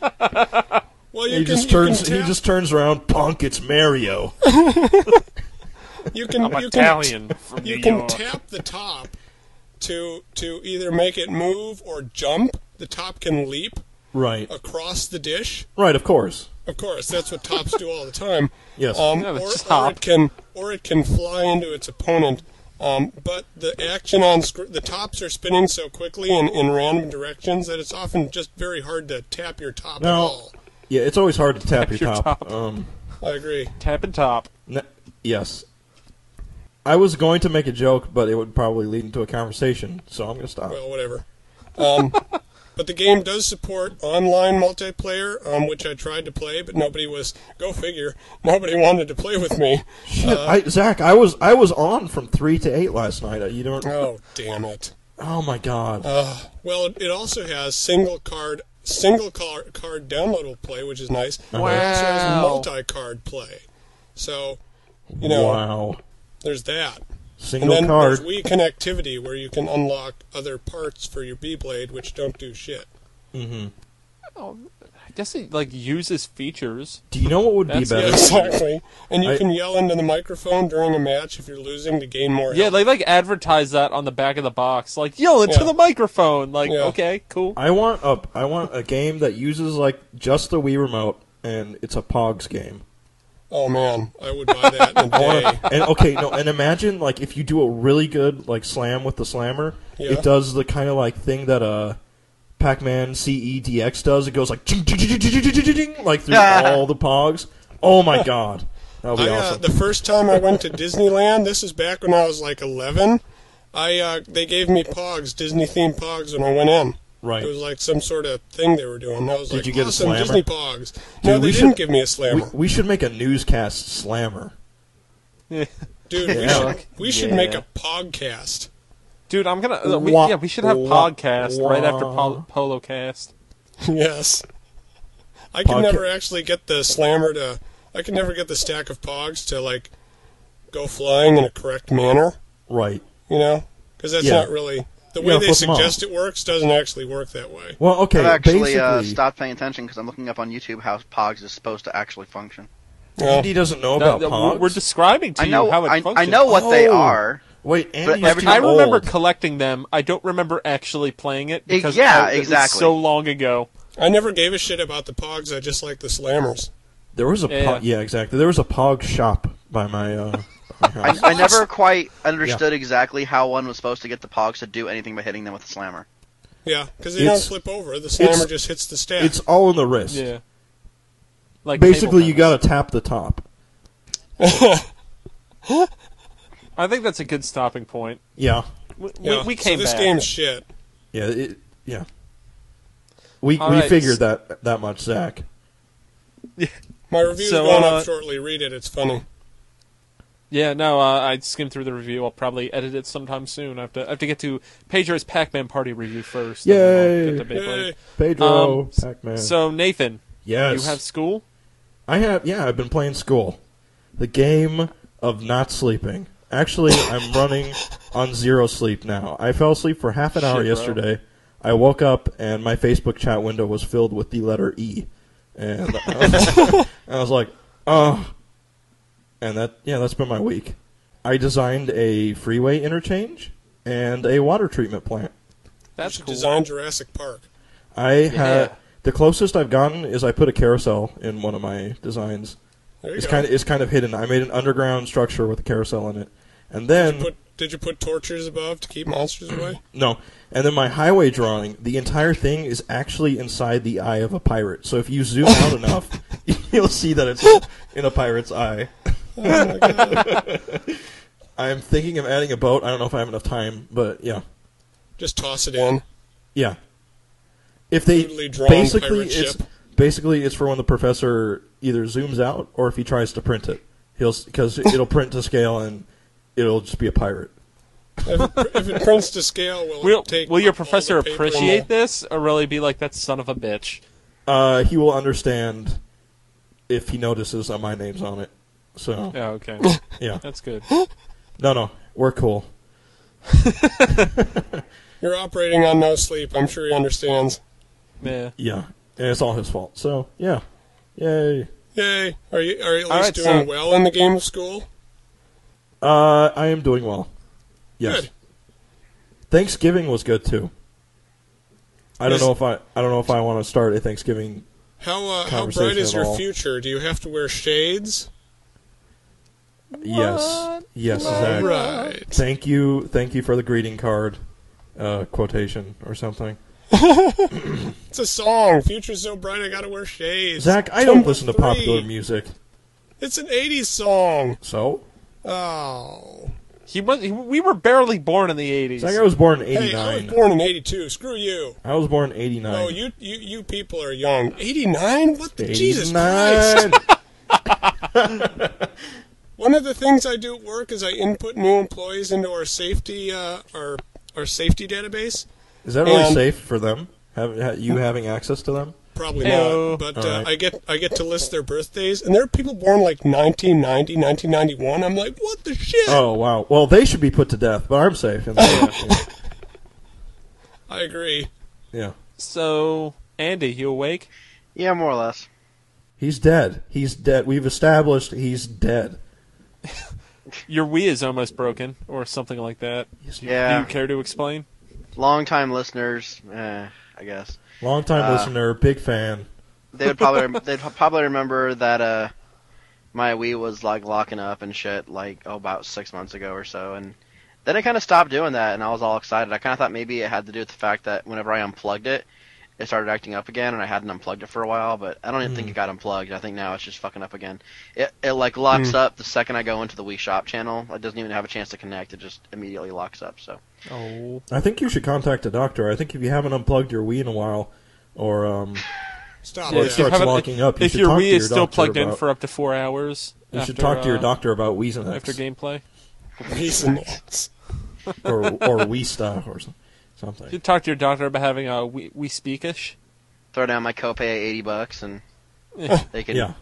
[SPEAKER 3] Well, you can,
[SPEAKER 4] He just
[SPEAKER 3] you can
[SPEAKER 4] turns. He
[SPEAKER 3] tap-
[SPEAKER 4] just turns around. Punk! It's Mario.
[SPEAKER 3] you can you can-
[SPEAKER 5] Italian from
[SPEAKER 3] you can tap the top to to either make it move or jump. The top can leap
[SPEAKER 4] Right.
[SPEAKER 3] across the dish.
[SPEAKER 4] Right. Of course.
[SPEAKER 3] Of course, that's what tops do all the time.
[SPEAKER 4] (laughs) Yes.
[SPEAKER 3] Um,
[SPEAKER 5] Yeah,
[SPEAKER 3] or,
[SPEAKER 5] the
[SPEAKER 3] or
[SPEAKER 5] top.
[SPEAKER 3] it can or it can fly into its opponent. Um, but the action on sc- the tops are spinning so quickly and in random directions that it's often just very hard to tap your top at
[SPEAKER 4] No.
[SPEAKER 3] all.
[SPEAKER 4] yeah. It's always hard to tap your
[SPEAKER 5] your
[SPEAKER 4] top.
[SPEAKER 5] top.
[SPEAKER 4] Um.
[SPEAKER 3] I agree.
[SPEAKER 5] tap and top.
[SPEAKER 4] n- yes. I was going to make a joke, but it would probably lead into a conversation, so I'm going to stop.
[SPEAKER 3] Well, whatever. Um, (laughs) but the game does support online multiplayer, um, which I tried to play, but nobody was. Go figure. Nobody wanted to play with
[SPEAKER 4] (laughs)
[SPEAKER 3] me.
[SPEAKER 4] Shit,
[SPEAKER 3] uh,
[SPEAKER 4] I, Zach, I was I was on from three to eight last night. You don't.
[SPEAKER 3] Oh damn it.
[SPEAKER 4] Oh my god.
[SPEAKER 3] Uh, well, it, it also has single card, single car, card downloadable play, which is nice. Wow. It also has
[SPEAKER 5] Wow.
[SPEAKER 3] multi-card play. So, you know,
[SPEAKER 4] wow.
[SPEAKER 3] there's that. And
[SPEAKER 4] Single
[SPEAKER 3] then
[SPEAKER 4] card.
[SPEAKER 3] there's Wii connectivity, where you can unlock other parts for your B blade, which don't do shit.
[SPEAKER 5] Oh, I guess it like uses features.
[SPEAKER 4] Do you know what would be
[SPEAKER 5] That's-
[SPEAKER 3] Yeah,
[SPEAKER 4] better?
[SPEAKER 3] exactly. And you
[SPEAKER 4] I-
[SPEAKER 3] can yell into the microphone during a match if you're losing to gain more.
[SPEAKER 5] Yeah,
[SPEAKER 3] health.
[SPEAKER 5] they like advertise that on the back of the box, like yell into
[SPEAKER 3] Yeah.
[SPEAKER 5] the microphone. Like,
[SPEAKER 3] Yeah.
[SPEAKER 5] okay,
[SPEAKER 4] (laughs)
[SPEAKER 5] cool.
[SPEAKER 4] I want a I want a game that uses like just the Wii remote and it's a Pogs game.
[SPEAKER 3] Oh man, I would buy that
[SPEAKER 4] (laughs)
[SPEAKER 3] in a day.
[SPEAKER 4] And okay, no, and imagine like if you do a really good like slam with the slammer,
[SPEAKER 3] Yeah.
[SPEAKER 4] it does the kind of like thing that uh Pac-Man CEDX does. It goes like "Ching, ching, ching, ching, ching, ching, ching, ching," like
[SPEAKER 3] (laughs)
[SPEAKER 4] through all the pogs. Oh my god, that would be
[SPEAKER 3] I, uh,
[SPEAKER 4] awesome.
[SPEAKER 3] The first time I went to Disneyland, this is back when I was like 11. I uh, they gave me Pogs, Disney themed Pogs, when I went in.
[SPEAKER 4] Right.
[SPEAKER 3] It was like some sort of thing they were doing. I was
[SPEAKER 4] Did
[SPEAKER 3] like,
[SPEAKER 4] you get a
[SPEAKER 3] awesome
[SPEAKER 4] slammer?
[SPEAKER 3] Disney Pogs. no,
[SPEAKER 4] Dude,
[SPEAKER 3] they
[SPEAKER 4] we
[SPEAKER 3] didn't
[SPEAKER 4] should-
[SPEAKER 3] give me a
[SPEAKER 4] We,
[SPEAKER 3] slammer.
[SPEAKER 4] we should make a newscast slammer.
[SPEAKER 3] Dude, we
[SPEAKER 4] Yeah.
[SPEAKER 3] should, we should
[SPEAKER 5] Yeah.
[SPEAKER 3] make a Pogcast. (laughs)
[SPEAKER 5] Dude, I'm gonna. uh, we,
[SPEAKER 4] Wah,
[SPEAKER 5] yeah, we should have
[SPEAKER 4] wah,
[SPEAKER 5] podcast right after
[SPEAKER 4] wah.
[SPEAKER 5] pol- Polo Cast.
[SPEAKER 3] yes. I can
[SPEAKER 4] Podca-
[SPEAKER 3] never actually get the slammer to. I can never get the stack of Pogs to like go flying in a correct manner.
[SPEAKER 4] Right.
[SPEAKER 3] You know, because that's
[SPEAKER 4] Yeah.
[SPEAKER 3] not really the
[SPEAKER 4] You
[SPEAKER 3] way
[SPEAKER 4] gotta
[SPEAKER 3] they
[SPEAKER 4] flip 'em off.
[SPEAKER 3] suggest it works. Doesn't actually work that way.
[SPEAKER 4] Well, okay.
[SPEAKER 1] I've actually
[SPEAKER 4] basically,
[SPEAKER 1] uh, stopped paying attention because I'm looking up on YouTube how Pogs is supposed to actually function.
[SPEAKER 3] No.
[SPEAKER 4] Andy doesn't know
[SPEAKER 5] No,
[SPEAKER 4] Oh, about
[SPEAKER 5] no,
[SPEAKER 4] pogs.
[SPEAKER 5] we're- we're describing to
[SPEAKER 1] I know
[SPEAKER 5] you how it
[SPEAKER 1] I, I
[SPEAKER 5] functions.
[SPEAKER 1] know what they
[SPEAKER 4] Oh.
[SPEAKER 1] are.
[SPEAKER 4] Wait, Andy.
[SPEAKER 1] every
[SPEAKER 4] too
[SPEAKER 1] time-
[SPEAKER 5] I remember
[SPEAKER 4] old.
[SPEAKER 5] collecting them. I don't remember actually playing it
[SPEAKER 1] Eh,
[SPEAKER 5] because
[SPEAKER 1] yeah,
[SPEAKER 5] I- it was
[SPEAKER 1] exactly.
[SPEAKER 5] so long ago.
[SPEAKER 3] I never gave a shit about the Pogs. I just like the Slammers.
[SPEAKER 4] There was a
[SPEAKER 5] Yeah.
[SPEAKER 4] pog, yeah, exactly. There was a pog shop by my.
[SPEAKER 5] (laughs)
[SPEAKER 4] Uh, by my
[SPEAKER 1] I,
[SPEAKER 4] house.
[SPEAKER 1] I (laughs) never quite understood exactly how one was supposed to get the Pogs to do anything by hitting them with a slammer.
[SPEAKER 3] Yeah, because they
[SPEAKER 4] It's-
[SPEAKER 3] don't flip over. The Slammer
[SPEAKER 4] it's-
[SPEAKER 3] just hits the stack.
[SPEAKER 4] it's all in the wrist.
[SPEAKER 5] Yeah, like
[SPEAKER 4] Basically,
[SPEAKER 5] table
[SPEAKER 4] you
[SPEAKER 5] tennis.
[SPEAKER 4] gotta tap the top.
[SPEAKER 5] I think that's a good stopping point.
[SPEAKER 4] Yeah,
[SPEAKER 5] We,
[SPEAKER 3] yeah.
[SPEAKER 5] we, we
[SPEAKER 3] So
[SPEAKER 5] came
[SPEAKER 3] this
[SPEAKER 5] back.
[SPEAKER 3] game's shit.
[SPEAKER 4] yeah, it, yeah. We
[SPEAKER 5] All
[SPEAKER 4] we
[SPEAKER 5] right. Um,
[SPEAKER 4] figured that that much, Zach.
[SPEAKER 3] My review's
[SPEAKER 5] So,
[SPEAKER 3] going
[SPEAKER 5] uh,
[SPEAKER 3] up shortly. Read it. It's funny.
[SPEAKER 5] Yeah, no, uh, I skimmed through the review. I'll probably edit it sometime soon. I have to, I have to get to Pedro's Pac-Man Party review first. and then I'll
[SPEAKER 4] Yay.
[SPEAKER 5] get to Beyblade.
[SPEAKER 3] Yay.
[SPEAKER 4] Pedro,
[SPEAKER 5] Um,
[SPEAKER 4] Pac-Man.
[SPEAKER 5] So Nathan,
[SPEAKER 4] yes,
[SPEAKER 5] you have school.
[SPEAKER 4] I have. Yeah, I've been playing school, the game of not sleeping. Actually, I'm running on zero sleep now. I fell asleep for half an hour
[SPEAKER 5] Shit, bro.
[SPEAKER 4] yesterday. I woke up and my Facebook chat window was filled with the letter E, and I
[SPEAKER 5] (laughs)
[SPEAKER 4] was, I was like, oh. And that yeah, that's been my week. I designed a freeway interchange and a water treatment plant.
[SPEAKER 5] That's
[SPEAKER 3] you should
[SPEAKER 5] cool.
[SPEAKER 3] design Jurassic Park.
[SPEAKER 4] I
[SPEAKER 5] Yeah.
[SPEAKER 4] had the closest I've gotten is I put a carousel in one of my designs.
[SPEAKER 3] There you
[SPEAKER 4] It's
[SPEAKER 3] go.
[SPEAKER 4] kind of it's kind of hidden. I made an underground structure with a carousel in it,
[SPEAKER 3] Did
[SPEAKER 4] and then
[SPEAKER 3] you put did you put tortures above to keep monsters
[SPEAKER 4] (clears throat)
[SPEAKER 3] away?
[SPEAKER 4] no, and then my highway drawing. The entire thing is actually inside the eye of a pirate. So if
[SPEAKER 3] (laughs)
[SPEAKER 4] you zoom out enough, (laughs) you'll see that it's in a pirate's eye.
[SPEAKER 3] (laughs) Oh my God.
[SPEAKER 4] (laughs) I'm thinking of adding a boat. I don't know if I have enough time, but yeah,
[SPEAKER 3] just toss it in.
[SPEAKER 4] yeah. If they
[SPEAKER 3] Crudely drawn
[SPEAKER 4] basically
[SPEAKER 3] pirate
[SPEAKER 4] it's
[SPEAKER 3] ship.
[SPEAKER 4] basically it's for when the professor either zooms out or if he tries to print it, he'll because it'll print to scale and it'll just be a pirate.
[SPEAKER 3] If it, pr- if it prints to scale, will,
[SPEAKER 5] Will,
[SPEAKER 3] it take?
[SPEAKER 5] will your
[SPEAKER 3] all the
[SPEAKER 5] professor
[SPEAKER 3] paper and
[SPEAKER 5] appreciate
[SPEAKER 3] the-
[SPEAKER 5] this, or really be like that son of a bitch?
[SPEAKER 4] Uh, he will understand if he notices that my name's on it. So
[SPEAKER 3] (laughs)
[SPEAKER 5] Oh, okay,
[SPEAKER 4] yeah,
[SPEAKER 5] (laughs) that's good.
[SPEAKER 4] no, no, we're cool.
[SPEAKER 3] You're operating on no sleep. I'm sure he understands.
[SPEAKER 5] Yeah.
[SPEAKER 4] Yeah, and it's all his fault. So yeah, yay.
[SPEAKER 3] Yay! Are you are you at least
[SPEAKER 5] All right,
[SPEAKER 3] doing
[SPEAKER 5] so-
[SPEAKER 3] well in the game of school?
[SPEAKER 4] Uh, I am doing well. Yes.
[SPEAKER 3] Good.
[SPEAKER 4] Thanksgiving was good too. I don't
[SPEAKER 3] Yes.
[SPEAKER 4] know if I I don't know if I want to start a Thanksgiving.
[SPEAKER 3] How uh, how
[SPEAKER 4] Conversation
[SPEAKER 3] bright is
[SPEAKER 4] at
[SPEAKER 3] your
[SPEAKER 4] all.
[SPEAKER 3] future? Do you have to wear shades?
[SPEAKER 4] Yes, yes,
[SPEAKER 3] All
[SPEAKER 4] Zach.
[SPEAKER 3] right.
[SPEAKER 4] Thank you, thank you for the greeting card, uh, quotation or something.
[SPEAKER 3] It's a song. Future's so bright, I gotta wear shades.
[SPEAKER 4] Zach, I don't
[SPEAKER 3] Number
[SPEAKER 4] listen to
[SPEAKER 3] three.
[SPEAKER 4] popular music,
[SPEAKER 3] It's an '80s song.
[SPEAKER 4] so
[SPEAKER 3] Oh.
[SPEAKER 5] He was. He, we were barely born in the
[SPEAKER 4] Zach, I
[SPEAKER 5] eighties.
[SPEAKER 4] was born in
[SPEAKER 3] Hey, I was
[SPEAKER 4] '89.
[SPEAKER 3] born in '82. Screw you.
[SPEAKER 4] I was born in 89.
[SPEAKER 3] Oh, you you you people are young. '89? What the Jesus Christ?
[SPEAKER 4] 89.
[SPEAKER 3] One of the things I do at work is I input new employees into our safety uh, our our safety database.
[SPEAKER 4] (laughs) Is that really
[SPEAKER 3] And-
[SPEAKER 4] safe for them? Have, ha, you having access to them?
[SPEAKER 3] Probably
[SPEAKER 5] Heyo.
[SPEAKER 3] not, but
[SPEAKER 4] All
[SPEAKER 3] uh,
[SPEAKER 4] right.
[SPEAKER 3] I get I get to list their birthdays, and there are people born like 1990, 1991. I'm like, what the shit?
[SPEAKER 4] Oh wow. Well, they should be put to death, but I'm safe.
[SPEAKER 3] (laughs)
[SPEAKER 4] And yeah.
[SPEAKER 3] I agree.
[SPEAKER 4] yeah.
[SPEAKER 5] So, Andy, you awake?
[SPEAKER 1] Yeah, more or less.
[SPEAKER 4] He's dead. He's dead. We've established he's dead.
[SPEAKER 5] Your Wii is almost broken, or something like that. Do you
[SPEAKER 1] Yeah,
[SPEAKER 5] care to explain?
[SPEAKER 1] long time listeners, eh, I guess
[SPEAKER 4] Long time
[SPEAKER 3] Ah.
[SPEAKER 1] Uh,
[SPEAKER 4] listener, big fan.
[SPEAKER 1] they would probably they'd probably remember that uh, my Wii was like locking up and shit like oh, about six months ago or so, and then it kind of stopped doing that, and I was all excited. I kind of thought maybe it had to do with the fact that whenever I unplugged it, it started acting up again, and I hadn't unplugged it for a while. But I don't even think it got unplugged. I think now it's just fucking up again. It it like locks up the second I go into the Wii Shop channel. It doesn't even have a chance to connect. It just immediately locks up. So
[SPEAKER 5] Oh,
[SPEAKER 4] I think you should contact a doctor. I think if you haven't unplugged your Wii in a while, or um,
[SPEAKER 3] Stop
[SPEAKER 4] Yeah,
[SPEAKER 3] it.
[SPEAKER 4] it starts
[SPEAKER 5] haven't-
[SPEAKER 4] locking up, you
[SPEAKER 5] if
[SPEAKER 4] should
[SPEAKER 5] your
[SPEAKER 4] talk to
[SPEAKER 5] Wii
[SPEAKER 4] your
[SPEAKER 5] is still
[SPEAKER 4] doctor
[SPEAKER 5] plugged in
[SPEAKER 4] about-
[SPEAKER 5] for up to four hours,
[SPEAKER 4] you
[SPEAKER 5] after,
[SPEAKER 4] should talk to your
[SPEAKER 5] uh,
[SPEAKER 4] doctor about Weezenex
[SPEAKER 5] after gameplay.
[SPEAKER 4] (laughs)
[SPEAKER 3] Reason-
[SPEAKER 5] (laughs)
[SPEAKER 4] or or Weesta or some-
[SPEAKER 5] You
[SPEAKER 4] something.
[SPEAKER 5] should talk to your doctor about having a we we speakish.
[SPEAKER 1] throw down my copay at eighty bucks, and they can
[SPEAKER 4] Yeah,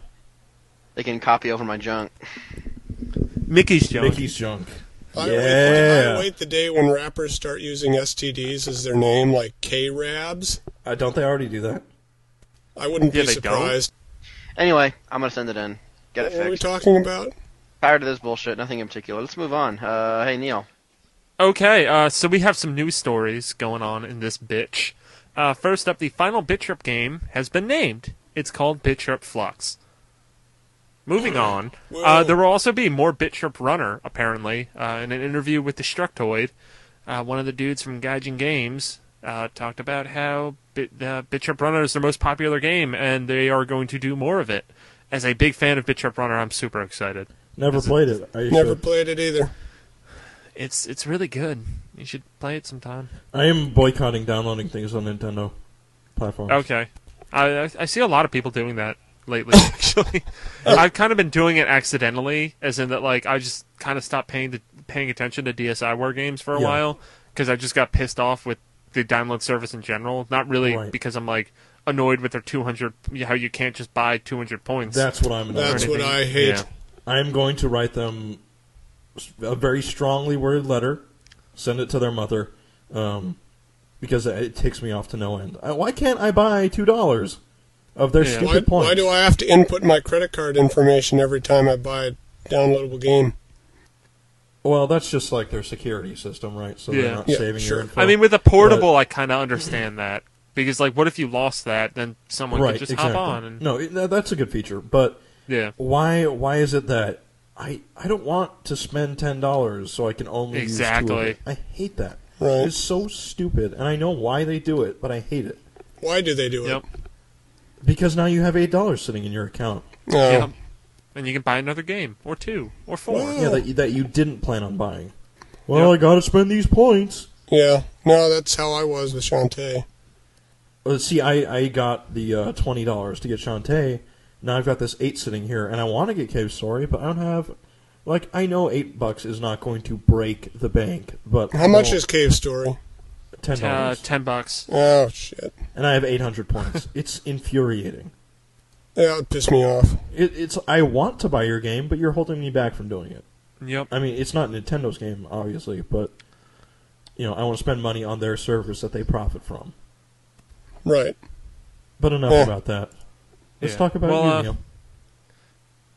[SPEAKER 1] they can copy over my junk.
[SPEAKER 2] Mickey's junk.
[SPEAKER 4] Mickey's junk.
[SPEAKER 3] I, wait,
[SPEAKER 4] Yeah.
[SPEAKER 3] I wait the day when rappers start using STDs as their name, like K Rabs.
[SPEAKER 4] Uh, don't they already do that?
[SPEAKER 3] I wouldn't
[SPEAKER 2] Yeah,
[SPEAKER 3] be
[SPEAKER 2] they don't.
[SPEAKER 3] surprised.
[SPEAKER 1] Anyway, I'm gonna send it in. Get it
[SPEAKER 3] What are we
[SPEAKER 1] fixed.
[SPEAKER 3] talking about?
[SPEAKER 1] Tired of this bullshit. Nothing in particular. Let's move on. Uh, hey Neil.
[SPEAKER 2] Okay, uh, so we have some news stories going on in this bitch. Uh, first up, the final Bitchirp game has been named. It's called Bitchirp Flux. Moving on, uh,
[SPEAKER 3] Whoa.
[SPEAKER 2] there will also be more Bitchirp Runner, apparently. Uh, in an interview with Destructoid, uh, one of the dudes from Gaijin Games uh, talked about how Bit, uh, Bitchirp Runner is their most popular game, and they are going to do more of it. As a big fan of Bitchirp Runner, I'm super excited.
[SPEAKER 4] Never played it. I
[SPEAKER 3] Never
[SPEAKER 4] should.
[SPEAKER 3] played it either.
[SPEAKER 2] It's it's really good. You should play it sometime.
[SPEAKER 4] I am boycotting downloading things on Nintendo platforms.
[SPEAKER 2] Okay. I, I- I see a lot of people doing that
[SPEAKER 4] (laughs)
[SPEAKER 2] lately, actually.
[SPEAKER 4] Oh.
[SPEAKER 2] I've kind of been doing it accidentally, as in that, like, I just kind of stopped paying, the, paying attention to DSiWare games for a
[SPEAKER 4] Yeah.
[SPEAKER 2] while because I just got pissed off with the download service in general. Not really
[SPEAKER 4] Right.
[SPEAKER 2] because I'm, like, annoyed with their 200, how you can't just buy 200 points.
[SPEAKER 4] That's what I'm.
[SPEAKER 2] or
[SPEAKER 4] doing.
[SPEAKER 3] That's what
[SPEAKER 2] anything.
[SPEAKER 3] I hate.
[SPEAKER 2] Yeah.
[SPEAKER 4] I'm going to write them a very strongly worded letter, send it to their mother, um, because it takes me off to no end. I, why can't I buy two dollars of their
[SPEAKER 2] Yeah.
[SPEAKER 3] Why,
[SPEAKER 4] stupid points?
[SPEAKER 3] why do I have to input my credit card information every time I buy a downloadable game?
[SPEAKER 4] Well, that's just like their security system, right? So
[SPEAKER 2] Yeah.
[SPEAKER 4] they're not
[SPEAKER 3] Yeah,
[SPEAKER 4] saving
[SPEAKER 3] sure.
[SPEAKER 4] your info.
[SPEAKER 2] I mean, with a portable, I kind of understand that. Because, like, what if you lost that? Then someone
[SPEAKER 4] right?
[SPEAKER 2] could just
[SPEAKER 4] exactly.
[SPEAKER 2] hop on. And,
[SPEAKER 4] No, it, that- that's a good feature, but
[SPEAKER 2] Yeah.
[SPEAKER 4] why? Why is it that I I don't want to spend ten dollars so I can only use two
[SPEAKER 2] Exactly.
[SPEAKER 4] of it? I hate that.
[SPEAKER 3] Right.
[SPEAKER 4] It's so stupid, and I know why they do it, but I hate it.
[SPEAKER 3] Why do they do
[SPEAKER 2] Yep.
[SPEAKER 4] Because now you have eight dollars sitting in your account
[SPEAKER 3] it? No.
[SPEAKER 2] Yep. And you can buy another game, or two, or four.
[SPEAKER 3] Well,
[SPEAKER 4] yeah, that, you- that you didn't plan on buying. Well,
[SPEAKER 2] Yep.
[SPEAKER 4] I gotta spend these points.
[SPEAKER 3] Yeah. No, that's how I was with Shantae.
[SPEAKER 4] Uh, see, I, I got the uh, twenty dollars to get Shantae. Now I've got this eight sitting here, and I want to get Cave Story, but I don't have. Like I know eight bucks is not going to break the bank, but
[SPEAKER 3] How much
[SPEAKER 4] well,
[SPEAKER 3] is Cave Story?
[SPEAKER 4] ten
[SPEAKER 2] Uh,
[SPEAKER 4] dollars?
[SPEAKER 2] ten bucks.
[SPEAKER 3] Oh, shit.
[SPEAKER 4] and I have eight
[SPEAKER 2] (laughs)
[SPEAKER 4] hundred points. it's infuriating.
[SPEAKER 3] Yeah, it pissed me off.
[SPEAKER 4] It, it's I want to buy your game, but you're holding me back from doing it.
[SPEAKER 2] Yep.
[SPEAKER 4] I mean, it's not Nintendo's game, obviously, but you know I want to spend money on their servers that they profit from.
[SPEAKER 3] Right.
[SPEAKER 4] But enough
[SPEAKER 3] Yeah.
[SPEAKER 4] about that. Let's
[SPEAKER 2] Yeah.
[SPEAKER 4] talk about
[SPEAKER 2] Well,
[SPEAKER 4] you,
[SPEAKER 2] uh,
[SPEAKER 4] Neil.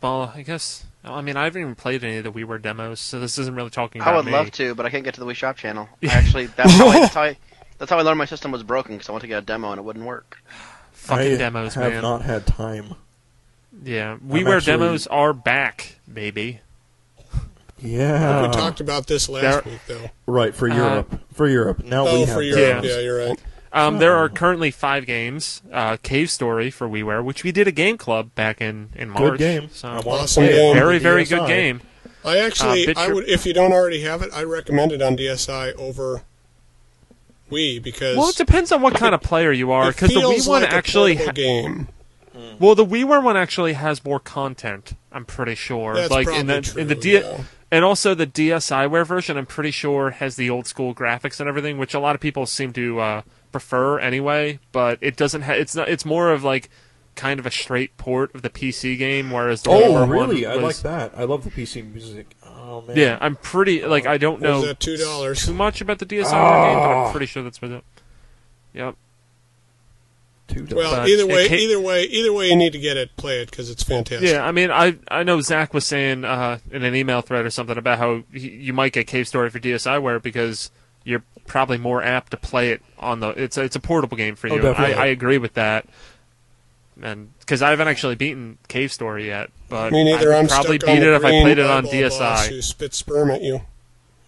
[SPEAKER 2] Well, I guess. I mean, I haven't even played any of the WiiWare demos, so this isn't really talking about
[SPEAKER 1] I would
[SPEAKER 2] me.
[SPEAKER 1] love to, but I can't get to the Wii Shop
[SPEAKER 2] (laughs)
[SPEAKER 1] channel. I actually, that's how I, that's how I, that's how I learned my system was broken because I went to get a demo and it wouldn't work.
[SPEAKER 2] Fucking
[SPEAKER 4] I
[SPEAKER 2] demos,
[SPEAKER 4] have
[SPEAKER 2] man.
[SPEAKER 4] not had time.
[SPEAKER 2] Yeah, WiiWare
[SPEAKER 4] actually-
[SPEAKER 2] demos are back, baby.
[SPEAKER 4] Yeah.
[SPEAKER 2] Uh,
[SPEAKER 3] we talked about this last week, though.
[SPEAKER 4] right for Europe. for Europe. Now we
[SPEAKER 3] Oh,
[SPEAKER 4] have
[SPEAKER 3] for
[SPEAKER 4] demos.
[SPEAKER 3] Europe.
[SPEAKER 2] Uh-huh. Yeah.
[SPEAKER 3] Yeah. you're right.
[SPEAKER 2] Um, there
[SPEAKER 4] Oh.
[SPEAKER 2] are currently five games. Uh, Cave Story for WiiWare, which we did a game club back in in March.
[SPEAKER 4] Good game.
[SPEAKER 2] So
[SPEAKER 4] I want
[SPEAKER 3] Awesome
[SPEAKER 4] to play it.
[SPEAKER 3] game.
[SPEAKER 2] very,
[SPEAKER 4] The
[SPEAKER 2] very good
[SPEAKER 4] DSi.
[SPEAKER 2] game.
[SPEAKER 3] I actually,
[SPEAKER 2] Uh, Bitch
[SPEAKER 3] I
[SPEAKER 2] Your-
[SPEAKER 3] would, if you don't already have it, I recommend it on DSi over Wii because
[SPEAKER 2] Well, it depends on what kind of player you are,
[SPEAKER 3] it
[SPEAKER 2] because the
[SPEAKER 3] feels
[SPEAKER 2] Wii one
[SPEAKER 3] like a
[SPEAKER 2] actually.
[SPEAKER 3] portable
[SPEAKER 2] Ha-
[SPEAKER 3] game.
[SPEAKER 2] well, the WiiWare one actually has more content. I'm pretty sure.
[SPEAKER 3] That's
[SPEAKER 2] like
[SPEAKER 3] probably
[SPEAKER 2] in the
[SPEAKER 3] true,
[SPEAKER 2] in the D-
[SPEAKER 3] yeah.
[SPEAKER 2] And also the DSiWare version, I'm pretty sure has the old school graphics and everything, which a lot of people seem to uh, prefer anyway. But it doesn't. Ha- it's not. It's more of like kind of a straight port of the PC game, whereas the
[SPEAKER 4] Oh,
[SPEAKER 2] WiiWare
[SPEAKER 4] really? I
[SPEAKER 2] One
[SPEAKER 4] like
[SPEAKER 2] was,
[SPEAKER 4] that. I love the PC music. Oh man.
[SPEAKER 2] Yeah, I'm pretty like I don't
[SPEAKER 3] What was
[SPEAKER 2] know
[SPEAKER 3] that, Ah. $2?
[SPEAKER 2] too much about the DSiWare game, but I'm pretty sure that's what it. Yep.
[SPEAKER 4] Two dollars.
[SPEAKER 3] Well,
[SPEAKER 2] But
[SPEAKER 3] either
[SPEAKER 2] it
[SPEAKER 3] way,
[SPEAKER 2] ca-
[SPEAKER 3] either way, either way, you need to get it, play it because it's fantastic.
[SPEAKER 2] Yeah, I mean, I I know Zach was saying uh, in an email thread or something about how he, you might get Cave Story for DSiWare because you're probably more apt to play it on the. It's a, it's a portable game for
[SPEAKER 4] Oh,
[SPEAKER 2] you. I,
[SPEAKER 4] definitely.
[SPEAKER 2] I agree with that. And because I haven't actually beaten Cave Story yet. But
[SPEAKER 3] Me neither.
[SPEAKER 2] I'd
[SPEAKER 3] I'm
[SPEAKER 2] probably
[SPEAKER 3] stuck on
[SPEAKER 2] beat
[SPEAKER 3] the
[SPEAKER 2] it if I
[SPEAKER 3] green
[SPEAKER 2] played it on
[SPEAKER 3] eyeball Boss
[SPEAKER 2] DSi.
[SPEAKER 3] who spits sperm at you?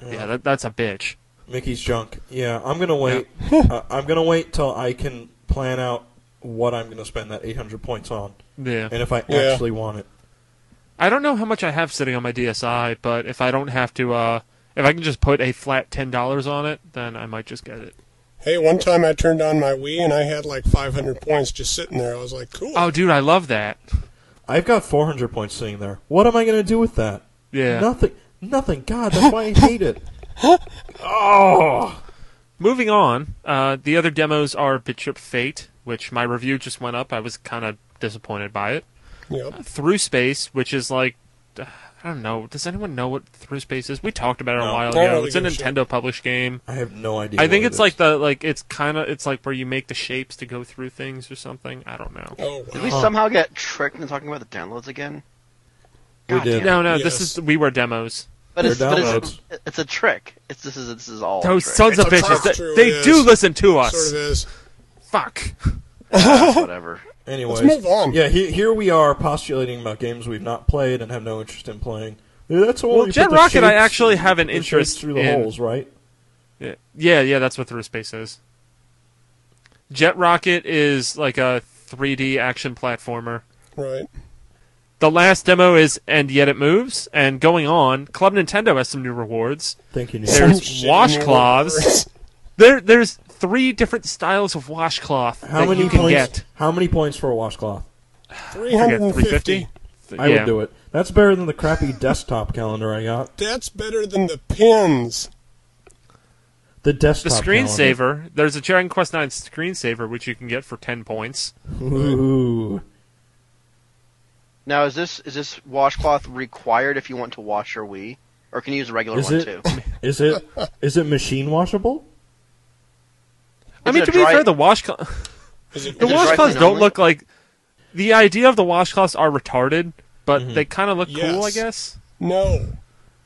[SPEAKER 2] Yeah, that, that's a bitch.
[SPEAKER 4] Mickey's junk. Yeah, I'm gonna wait. (laughs) uh, I'm gonna wait till I can plan out what I'm gonna spend that 800 points on,
[SPEAKER 2] Yeah,
[SPEAKER 4] and if I
[SPEAKER 3] Yeah.
[SPEAKER 4] actually want it.
[SPEAKER 2] I don't know how much I have sitting on my DSi, but if I don't have to, uh, if I can just put a flat ten dollars on it, then I might just get it.
[SPEAKER 3] Hey, one time I turned on my Wii and I had like 500 points just sitting there. I was like, cool.
[SPEAKER 2] Oh, dude, I love that.
[SPEAKER 4] I've got 400 points sitting there. What am I gonna do with that?
[SPEAKER 2] Yeah.
[SPEAKER 4] Nothing. Nothing. God,
[SPEAKER 2] (laughs)
[SPEAKER 4] that's why I hate it. Oh.
[SPEAKER 2] Moving on, uh, the other demos are Bitchip Fate, which my review just went up. I was kind of disappointed by it.
[SPEAKER 3] Yep.
[SPEAKER 2] Through Space, which is like, uh, I don't know. Does anyone know what Through Space is? We talked about it
[SPEAKER 4] No.
[SPEAKER 2] a while
[SPEAKER 3] I don't
[SPEAKER 2] ago.
[SPEAKER 3] really
[SPEAKER 2] It's a
[SPEAKER 3] give a shit.
[SPEAKER 2] Nintendo published game.
[SPEAKER 4] I have no idea.
[SPEAKER 2] I think
[SPEAKER 4] what it
[SPEAKER 2] it's
[SPEAKER 4] is.
[SPEAKER 2] like the like it's kind of it's like where you make the shapes to go through things or something. I don't know.
[SPEAKER 3] Oh,
[SPEAKER 1] Did we
[SPEAKER 3] wow.
[SPEAKER 1] somehow get tricked into talking about the downloads again?
[SPEAKER 4] We
[SPEAKER 1] God
[SPEAKER 4] did.
[SPEAKER 1] damn it.
[SPEAKER 2] No, no, this
[SPEAKER 3] Yes.
[SPEAKER 2] is we were demos.
[SPEAKER 1] But
[SPEAKER 4] They're
[SPEAKER 1] it's, but
[SPEAKER 4] downloads.
[SPEAKER 1] it's, it's a trick. It's this is this is all. a
[SPEAKER 2] Those
[SPEAKER 1] trick.
[SPEAKER 2] sons of
[SPEAKER 3] It's a
[SPEAKER 2] bitches,
[SPEAKER 3] trick.
[SPEAKER 2] they, they
[SPEAKER 3] It
[SPEAKER 2] do
[SPEAKER 3] is.
[SPEAKER 2] listen to us.
[SPEAKER 3] Sort of is.
[SPEAKER 2] Fuck. (laughs)
[SPEAKER 1] whatever.
[SPEAKER 4] Anyways,
[SPEAKER 3] Let's move on.
[SPEAKER 4] Yeah, he, here we are postulating about games we've not played and have no interest in playing. Yeah, that's all.
[SPEAKER 2] Well,
[SPEAKER 4] you
[SPEAKER 2] Jet
[SPEAKER 4] put the
[SPEAKER 2] Rocket, I
[SPEAKER 4] shapes-
[SPEAKER 2] actually have an
[SPEAKER 4] the shapes
[SPEAKER 2] interest
[SPEAKER 4] through the
[SPEAKER 2] in.
[SPEAKER 4] holes, right?
[SPEAKER 2] Yeah, yeah, yeah, that's what Through Space is. Jet Rocket is like a 3D action platformer.
[SPEAKER 3] Right.
[SPEAKER 2] The last demo is And Yet It Moves, and going on, Club Nintendo has some new rewards.
[SPEAKER 4] Thank you. Neil.
[SPEAKER 2] There's
[SPEAKER 3] Some shit in the
[SPEAKER 2] washcloths.
[SPEAKER 3] works.
[SPEAKER 2] There there's three different styles of washcloth
[SPEAKER 4] how
[SPEAKER 2] that
[SPEAKER 4] many
[SPEAKER 2] you can
[SPEAKER 4] points?
[SPEAKER 2] get.
[SPEAKER 4] How many points for a washcloth?
[SPEAKER 3] 350.
[SPEAKER 4] I
[SPEAKER 2] yeah.
[SPEAKER 4] would do it. That's better than the crappy (laughs) desktop calendar I got.
[SPEAKER 3] That's better than the
[SPEAKER 4] Mm.
[SPEAKER 3] pins.
[SPEAKER 4] The desktop.
[SPEAKER 2] The screensaver, there's a Dragon Quest IX screensaver which you can get for 10 points.
[SPEAKER 4] calendar. Ooh.
[SPEAKER 1] Now is this is this washcloth required if you want to wash your Wii, or can you use a regular
[SPEAKER 4] Is
[SPEAKER 1] one
[SPEAKER 4] it-
[SPEAKER 1] too?
[SPEAKER 4] Is it? Is it machine washable?
[SPEAKER 2] I
[SPEAKER 1] Is
[SPEAKER 2] mean,
[SPEAKER 1] it
[SPEAKER 2] to
[SPEAKER 1] a
[SPEAKER 2] be
[SPEAKER 1] dry-
[SPEAKER 2] fair, the washcloth.
[SPEAKER 3] Is it
[SPEAKER 2] the
[SPEAKER 1] Is it dry
[SPEAKER 2] washcloths
[SPEAKER 1] clean
[SPEAKER 2] don't
[SPEAKER 1] only?
[SPEAKER 2] look like the idea of the washcloths are retarded, but
[SPEAKER 4] Mm-hmm.
[SPEAKER 2] they kind of look cool, I
[SPEAKER 3] Yes.
[SPEAKER 2] guess.
[SPEAKER 3] No.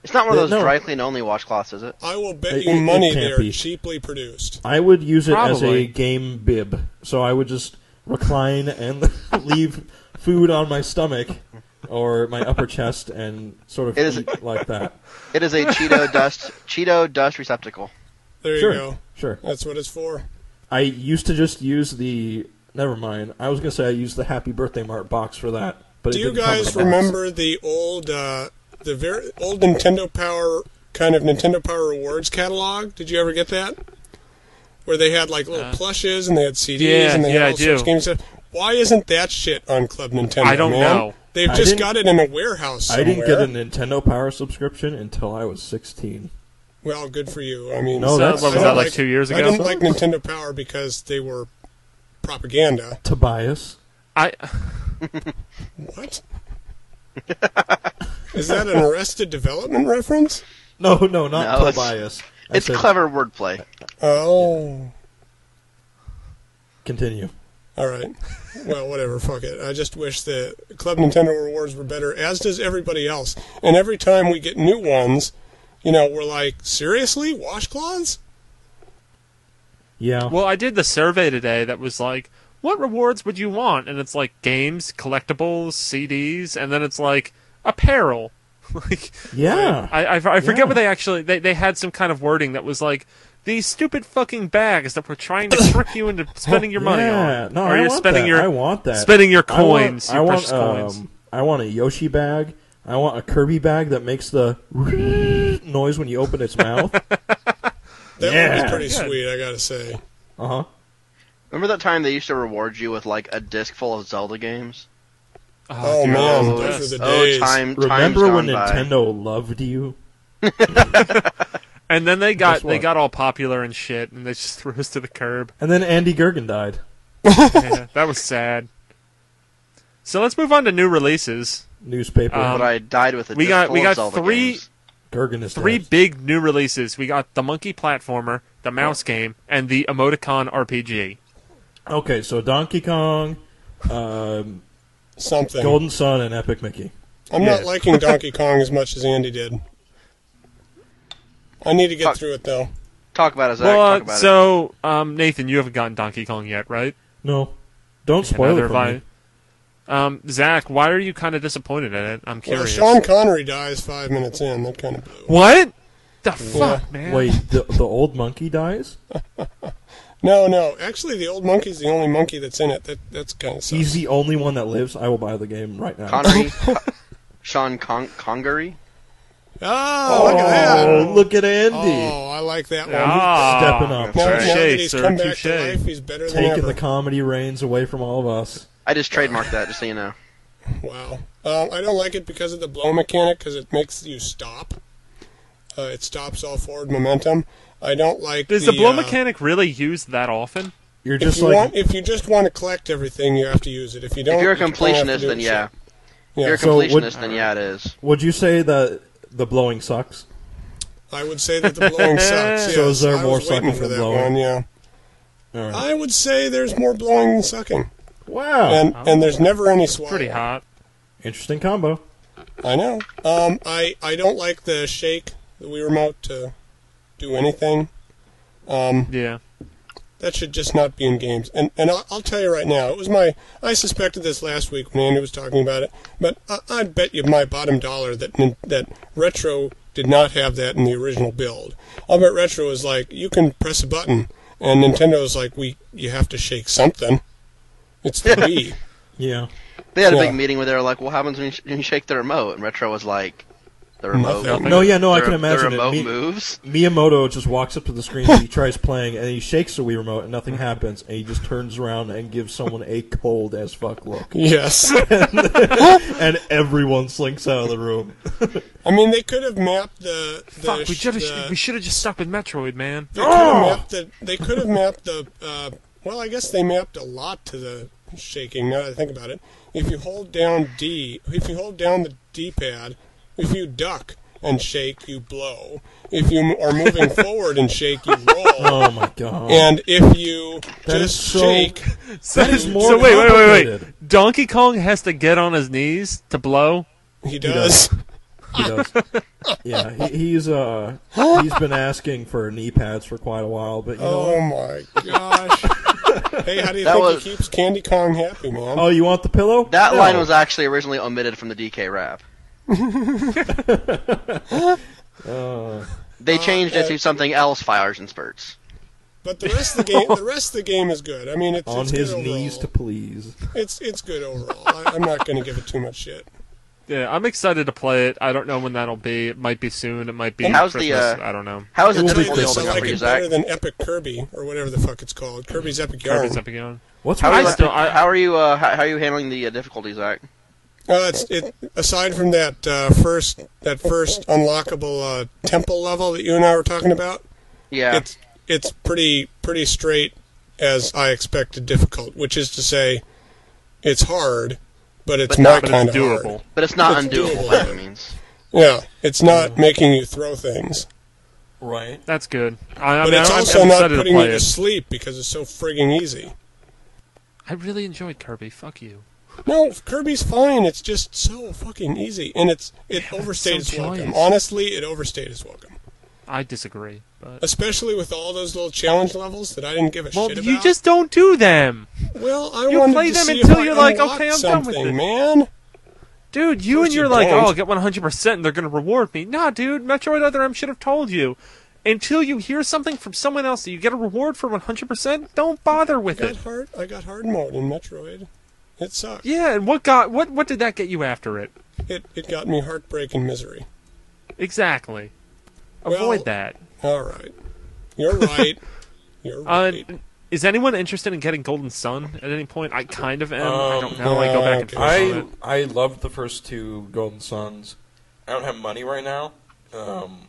[SPEAKER 1] It's not one of those
[SPEAKER 4] No.
[SPEAKER 1] dry clean only washcloths, is it?
[SPEAKER 3] I will bet
[SPEAKER 4] It-
[SPEAKER 3] you
[SPEAKER 4] it- it
[SPEAKER 3] money
[SPEAKER 4] can't
[SPEAKER 3] they are
[SPEAKER 4] be.
[SPEAKER 3] cheaply produced.
[SPEAKER 4] I would use it as a
[SPEAKER 2] Probably.
[SPEAKER 4] game bib, so I would just recline and (laughs) leave food on my stomach or my upper chest and sort of
[SPEAKER 1] It is-
[SPEAKER 4] eat like that.
[SPEAKER 1] It is a Cheeto dust Cheeto dust receptacle.
[SPEAKER 3] (laughs) There
[SPEAKER 4] sure,
[SPEAKER 3] you go.
[SPEAKER 4] sure.
[SPEAKER 3] That's what it's for.
[SPEAKER 4] I used to just use the. Never mind. I was gonna say I used the Happy Birthday Mart box for that, but
[SPEAKER 3] Do
[SPEAKER 4] it
[SPEAKER 3] you
[SPEAKER 4] didn't come with
[SPEAKER 3] guys
[SPEAKER 4] a box.
[SPEAKER 3] remember the old, uh, the very old Nintendo Power kind of Nintendo Power Rewards catalog? Did you ever get that? Where they had like little plushes and they had CDs
[SPEAKER 2] Uh, yeah,
[SPEAKER 3] and they
[SPEAKER 2] yeah,
[SPEAKER 3] had
[SPEAKER 2] I
[SPEAKER 3] all sorts
[SPEAKER 2] do.
[SPEAKER 3] of games. Why isn't that shit on Club Nintendo?
[SPEAKER 2] I don't
[SPEAKER 3] man?
[SPEAKER 2] know.
[SPEAKER 3] They've
[SPEAKER 4] I
[SPEAKER 3] just
[SPEAKER 4] didn't-
[SPEAKER 3] got it in a warehouse.
[SPEAKER 4] I
[SPEAKER 3] Somewhere.
[SPEAKER 4] didn't get a Nintendo Power subscription until I was 16.
[SPEAKER 3] Well, good for you. I mean,
[SPEAKER 4] No, So, Oh, that's- what was
[SPEAKER 3] I
[SPEAKER 4] that,
[SPEAKER 3] don't
[SPEAKER 4] like,
[SPEAKER 2] two years
[SPEAKER 3] I
[SPEAKER 2] ago?
[SPEAKER 3] didn't like Nintendo Power because they were propaganda.
[SPEAKER 4] Tobias, (laughs)
[SPEAKER 2] I
[SPEAKER 3] What? Is that an Arrested Development reference?
[SPEAKER 4] no, no, not
[SPEAKER 1] No, it's-
[SPEAKER 4] Tobias. I
[SPEAKER 1] It's
[SPEAKER 4] said-
[SPEAKER 1] clever wordplay.
[SPEAKER 3] Oh,
[SPEAKER 4] Continue.
[SPEAKER 3] all right. Well, whatever. Fuck it. I just wish the Club Nintendo rewards were better, as does everybody else. And every time we get new ones, you know, we're like, seriously, washcloths?
[SPEAKER 4] Yeah.
[SPEAKER 2] well, I did the survey today that was like, what rewards would you want? And it's like games, collectibles, CDs, and then it's like apparel. (laughs) like
[SPEAKER 4] yeah.
[SPEAKER 2] I I, I forget
[SPEAKER 4] Yeah.
[SPEAKER 2] what they actually they they had some kind of wording that was like these stupid fucking bags that were trying to trick you
[SPEAKER 4] (laughs)
[SPEAKER 2] into spending your money
[SPEAKER 4] yeah.
[SPEAKER 2] on.
[SPEAKER 4] No,
[SPEAKER 2] or
[SPEAKER 4] I
[SPEAKER 2] you're
[SPEAKER 4] want
[SPEAKER 2] spending
[SPEAKER 4] that.
[SPEAKER 2] your
[SPEAKER 4] I want that.
[SPEAKER 2] spending your
[SPEAKER 4] I want-
[SPEAKER 2] coins,
[SPEAKER 4] I
[SPEAKER 2] your
[SPEAKER 4] want,
[SPEAKER 2] precious
[SPEAKER 4] um,
[SPEAKER 2] coins.
[SPEAKER 4] I want a Yoshi bag. I want a Kirby bag that makes the (laughs) noise when you open
[SPEAKER 2] (laughs)
[SPEAKER 4] its mouth.
[SPEAKER 3] That would
[SPEAKER 4] Yeah.
[SPEAKER 3] be pretty
[SPEAKER 2] Yeah.
[SPEAKER 3] sweet, I gotta say.
[SPEAKER 4] Uh huh.
[SPEAKER 1] Remember that time they used to reward you with like a disc full of Zelda games?
[SPEAKER 3] Oh,
[SPEAKER 2] dude,
[SPEAKER 3] man,
[SPEAKER 2] that was the best.
[SPEAKER 3] those are the
[SPEAKER 1] Oh,
[SPEAKER 3] days.
[SPEAKER 1] time time's
[SPEAKER 4] Remember
[SPEAKER 1] gone
[SPEAKER 4] when
[SPEAKER 1] by.
[SPEAKER 4] Nintendo loved you?
[SPEAKER 2] And then they
[SPEAKER 4] Guess
[SPEAKER 2] got they
[SPEAKER 4] what?
[SPEAKER 2] got all popular and shit, and they just (laughs) threw us to the
[SPEAKER 4] (laughs)
[SPEAKER 2] curb.
[SPEAKER 4] And then Andy Gergen died.
[SPEAKER 2] Yeah, that was sad. So let's move on to new releases.
[SPEAKER 4] Newspaper.
[SPEAKER 2] Um,
[SPEAKER 1] But I died with a
[SPEAKER 2] we
[SPEAKER 1] disc
[SPEAKER 2] got-
[SPEAKER 1] full
[SPEAKER 2] we
[SPEAKER 1] of
[SPEAKER 2] got
[SPEAKER 1] Zelda
[SPEAKER 2] three-
[SPEAKER 1] games.
[SPEAKER 4] Gergen is
[SPEAKER 2] Three
[SPEAKER 4] dead.
[SPEAKER 2] big new releases. We got the monkey platformer, the mouse game, and the emoticon RPG.
[SPEAKER 4] Okay, so Donkey Kong, um,
[SPEAKER 3] Something.
[SPEAKER 4] Golden Sun, and Epic Mickey.
[SPEAKER 3] I'm
[SPEAKER 2] Yeah.
[SPEAKER 3] not liking Donkey Kong as much as Andy did. I need to get
[SPEAKER 1] Fuck.
[SPEAKER 3] through it though.
[SPEAKER 1] Talk about it, Zach.
[SPEAKER 2] well, uh,
[SPEAKER 1] talk about it.
[SPEAKER 2] so um, Nathan, you haven't gotten Donkey Kong yet, right?
[SPEAKER 4] No, don't spoil
[SPEAKER 2] Neither
[SPEAKER 4] it
[SPEAKER 2] have
[SPEAKER 4] for me.
[SPEAKER 2] Um, Zach, why are you kind of disappointed in it? I'm
[SPEAKER 3] Well,
[SPEAKER 2] curious.
[SPEAKER 3] Sean Connery dies five minutes in. That kind of blew.
[SPEAKER 2] What? The fuck, man!
[SPEAKER 4] Wait, the, the old monkey dies?
[SPEAKER 3] No, no. Actually, the old monkey's the only monkey that's in it. That that's kind of
[SPEAKER 4] He's
[SPEAKER 3] sucks.
[SPEAKER 4] the only one that lives. I will buy the game right now.
[SPEAKER 1] Connery, Co- Sean Con- Congery.
[SPEAKER 3] Oh,
[SPEAKER 4] oh,
[SPEAKER 3] look at that.
[SPEAKER 4] look at Andy
[SPEAKER 3] Oh, I like that one.
[SPEAKER 2] Ah,
[SPEAKER 4] Stepping up.
[SPEAKER 3] now,
[SPEAKER 4] Touche,
[SPEAKER 3] now that he's
[SPEAKER 2] sir,
[SPEAKER 3] come back
[SPEAKER 2] touche.
[SPEAKER 3] to life, he's better than
[SPEAKER 4] taking
[SPEAKER 3] ever.
[SPEAKER 4] the comedy reins away from all of us.
[SPEAKER 1] I just trademarked that, just so you know.
[SPEAKER 3] wow. Um, I don't like it because of the blow mechanic, because it makes you stop. Uh, it stops all forward momentum. I don't like.
[SPEAKER 2] Does the, blow
[SPEAKER 3] uh,
[SPEAKER 2] mechanic really used that often?
[SPEAKER 4] You're
[SPEAKER 3] If
[SPEAKER 4] just
[SPEAKER 3] you
[SPEAKER 4] like
[SPEAKER 3] want, if you just want to collect everything, you have to use it. If you don't,
[SPEAKER 1] if you're a
[SPEAKER 3] you don't have to
[SPEAKER 1] completionist,
[SPEAKER 3] do
[SPEAKER 1] then
[SPEAKER 3] it.
[SPEAKER 1] yeah. If
[SPEAKER 3] Yeah.
[SPEAKER 1] you're a
[SPEAKER 4] So what-
[SPEAKER 1] completionist, then yeah, it is.
[SPEAKER 4] Would you say that the blowing sucks?
[SPEAKER 3] I would say that the
[SPEAKER 2] (laughs)
[SPEAKER 3] blowing sucks. Yes.
[SPEAKER 4] So is there
[SPEAKER 3] I
[SPEAKER 4] more
[SPEAKER 3] was waiting
[SPEAKER 4] sucking
[SPEAKER 3] for
[SPEAKER 4] than
[SPEAKER 3] that
[SPEAKER 4] blowing?
[SPEAKER 3] one? Yeah.
[SPEAKER 4] All right.
[SPEAKER 3] I would say there's more blowing than sucking,
[SPEAKER 4] Wow.
[SPEAKER 3] and and there's never any swallow.
[SPEAKER 2] Pretty hot.
[SPEAKER 4] Interesting combo.
[SPEAKER 3] I know. Um, I I don't like the shake the Wii remote to do anything. Um,
[SPEAKER 2] Yeah.
[SPEAKER 3] that should just not be in games. And and I'll, I'll tell you right now, it was my I suspected this last week when Andy was talking about it, but I, I bet you my bottom dollar that nin- that retro did not have that in the original build. I'll bet retro is like you can press a button, and Nintendo's like we you have to shake something.
[SPEAKER 2] (laughs)
[SPEAKER 3] It's the Wii.
[SPEAKER 4] Yeah.
[SPEAKER 1] They had a
[SPEAKER 3] Yeah.
[SPEAKER 1] big meeting where they were like, "Well, what happens when you, sh- when you shake the remote?" And Retro was like, "The remote."
[SPEAKER 2] Nothing.
[SPEAKER 4] No, yeah, no, I
[SPEAKER 1] the-
[SPEAKER 4] can imagine
[SPEAKER 1] The
[SPEAKER 4] it.
[SPEAKER 1] remote
[SPEAKER 4] Me-
[SPEAKER 1] moves.
[SPEAKER 4] Miyamoto just walks up to the screen
[SPEAKER 3] (laughs)
[SPEAKER 4] and he tries playing and he shakes the Wii remote and nothing happens and he just turns around and gives someone a cold as fuck look
[SPEAKER 3] Yes.
[SPEAKER 4] and everyone slinks out of the room.
[SPEAKER 3] (laughs) I mean, they could have mapped the. the
[SPEAKER 2] Fuck, we
[SPEAKER 3] sh-
[SPEAKER 2] should
[SPEAKER 3] the-
[SPEAKER 2] have we should have just stuck with Metroid,
[SPEAKER 3] (laughs)
[SPEAKER 2] man.
[SPEAKER 3] They could have mapped the. They could have mapped the. Uh, well, I guess they mapped a lot to the shaking. Now that I think about it, if you hold down D, if you hold down the D-pad, if you duck and shake, you blow. If you m- are moving forward and shake, you roll.
[SPEAKER 4] Oh my god.
[SPEAKER 3] And if you
[SPEAKER 4] That is
[SPEAKER 3] just
[SPEAKER 4] so-
[SPEAKER 3] shake,
[SPEAKER 2] So,
[SPEAKER 4] is more
[SPEAKER 2] so wait, wait, wait,
[SPEAKER 4] complicated.
[SPEAKER 2] wait. Donkey Kong has to get on his knees to blow.
[SPEAKER 3] he
[SPEAKER 4] does.
[SPEAKER 3] does.
[SPEAKER 4] He (laughs) does. Yeah, he, he's uh he's been asking for knee pads for quite a while, but you know
[SPEAKER 3] Oh my gosh! hey, how do you
[SPEAKER 1] That
[SPEAKER 3] think
[SPEAKER 1] was-
[SPEAKER 3] he keeps Candy Kong happy, man?
[SPEAKER 4] Oh, you want the pillow?
[SPEAKER 1] That
[SPEAKER 4] No.
[SPEAKER 1] line was actually originally omitted from the DK rap. they changed it to something else. Fires and spurts.
[SPEAKER 3] But the rest of the game, the rest of the game is good. I mean, it's
[SPEAKER 4] on
[SPEAKER 3] it's
[SPEAKER 4] his
[SPEAKER 3] good overall.
[SPEAKER 4] knees to please.
[SPEAKER 3] It's it's good overall. I, I'm not going to give it too
[SPEAKER 1] (laughs)
[SPEAKER 3] much shit.
[SPEAKER 2] Yeah, I'm excited to play it. I don't know when that'll be. It might be soon. It might be
[SPEAKER 1] And how's the,
[SPEAKER 2] Christmas.
[SPEAKER 1] uh,
[SPEAKER 2] I don't know.
[SPEAKER 1] How is
[SPEAKER 4] It
[SPEAKER 1] it
[SPEAKER 4] will be
[SPEAKER 1] difficult
[SPEAKER 4] this
[SPEAKER 1] to
[SPEAKER 3] I
[SPEAKER 1] go
[SPEAKER 3] like
[SPEAKER 1] for you,
[SPEAKER 3] it
[SPEAKER 1] Zach?
[SPEAKER 3] better than Epic Kirby or whatever the fuck it's called. Kirby's Epic Yarn.
[SPEAKER 2] Kirby's up again.
[SPEAKER 4] What's
[SPEAKER 1] How are
[SPEAKER 4] with
[SPEAKER 1] you?
[SPEAKER 2] I still- I-
[SPEAKER 1] how are you? Uh, how, how are you handling the uh, difficulty, Zach?
[SPEAKER 3] Uh, it's, it, aside from that uh, first that first unlockable uh, temple level that you and I were talking about,
[SPEAKER 1] Yeah.
[SPEAKER 3] it's it's pretty pretty straight as I expected difficult, which is to say, it's hard, but it's
[SPEAKER 1] But
[SPEAKER 3] my
[SPEAKER 1] not-
[SPEAKER 2] But
[SPEAKER 3] kind
[SPEAKER 2] it's
[SPEAKER 3] of hard.
[SPEAKER 2] doable.
[SPEAKER 1] But it's not
[SPEAKER 3] It's
[SPEAKER 1] undoable
[SPEAKER 3] doable.
[SPEAKER 1] by any means.
[SPEAKER 3] Yeah, it's not making you throw things.
[SPEAKER 4] right?
[SPEAKER 2] That's good. I, I
[SPEAKER 3] But
[SPEAKER 2] mean,
[SPEAKER 3] it's
[SPEAKER 2] I'm,
[SPEAKER 3] also
[SPEAKER 2] I'm
[SPEAKER 3] not
[SPEAKER 2] excited to
[SPEAKER 3] putting you
[SPEAKER 2] play
[SPEAKER 3] to
[SPEAKER 2] it.
[SPEAKER 3] sleep because it's so frigging easy.
[SPEAKER 2] I really enjoyed Kirby. Fuck you.
[SPEAKER 3] No, Kirby's fine. It's just so fucking easy, and it's it
[SPEAKER 2] but it's
[SPEAKER 3] overstayed
[SPEAKER 2] so
[SPEAKER 3] its welcome.
[SPEAKER 2] joyous.
[SPEAKER 3] Honestly, it overstayed its welcome,
[SPEAKER 2] I disagree. But
[SPEAKER 3] especially with all those little challenge levels that I didn't give a
[SPEAKER 2] well,
[SPEAKER 3] shit about.
[SPEAKER 2] you just don't do them,
[SPEAKER 3] well, I
[SPEAKER 2] you
[SPEAKER 3] wanted
[SPEAKER 2] play
[SPEAKER 3] to
[SPEAKER 2] them
[SPEAKER 3] see
[SPEAKER 2] until
[SPEAKER 3] if I
[SPEAKER 2] you're like, okay,
[SPEAKER 3] unlocked
[SPEAKER 2] I'm done with it.
[SPEAKER 3] something, man.
[SPEAKER 2] dude. You
[SPEAKER 3] course
[SPEAKER 2] and you're
[SPEAKER 3] you
[SPEAKER 2] like,
[SPEAKER 3] don't.
[SPEAKER 2] oh, I'll get 100, percent and they're gonna reward me. Nah, dude. Metroid Other M should have told you. Until you hear something from someone else that you get a reward for 100, percent don't bother
[SPEAKER 3] I
[SPEAKER 2] with
[SPEAKER 3] got
[SPEAKER 2] it.
[SPEAKER 3] hard. I got hard mode in Metroid. It sucked.
[SPEAKER 2] Yeah, and what got what what did that get you after it?
[SPEAKER 3] It it got me heartbreak and misery.
[SPEAKER 2] Exactly.
[SPEAKER 3] Well,
[SPEAKER 2] Avoid that.
[SPEAKER 3] All right, you're
[SPEAKER 2] (laughs)
[SPEAKER 3] right. you're
[SPEAKER 2] Uh,
[SPEAKER 3] right.
[SPEAKER 2] is anyone interested in getting Golden Sun at any point? I kind of am. I
[SPEAKER 4] Um,
[SPEAKER 2] don't know. I go back
[SPEAKER 3] Oh,
[SPEAKER 2] and forth. on
[SPEAKER 4] I
[SPEAKER 2] it.
[SPEAKER 4] I loved the first two Golden Suns. I don't have money right now. Um,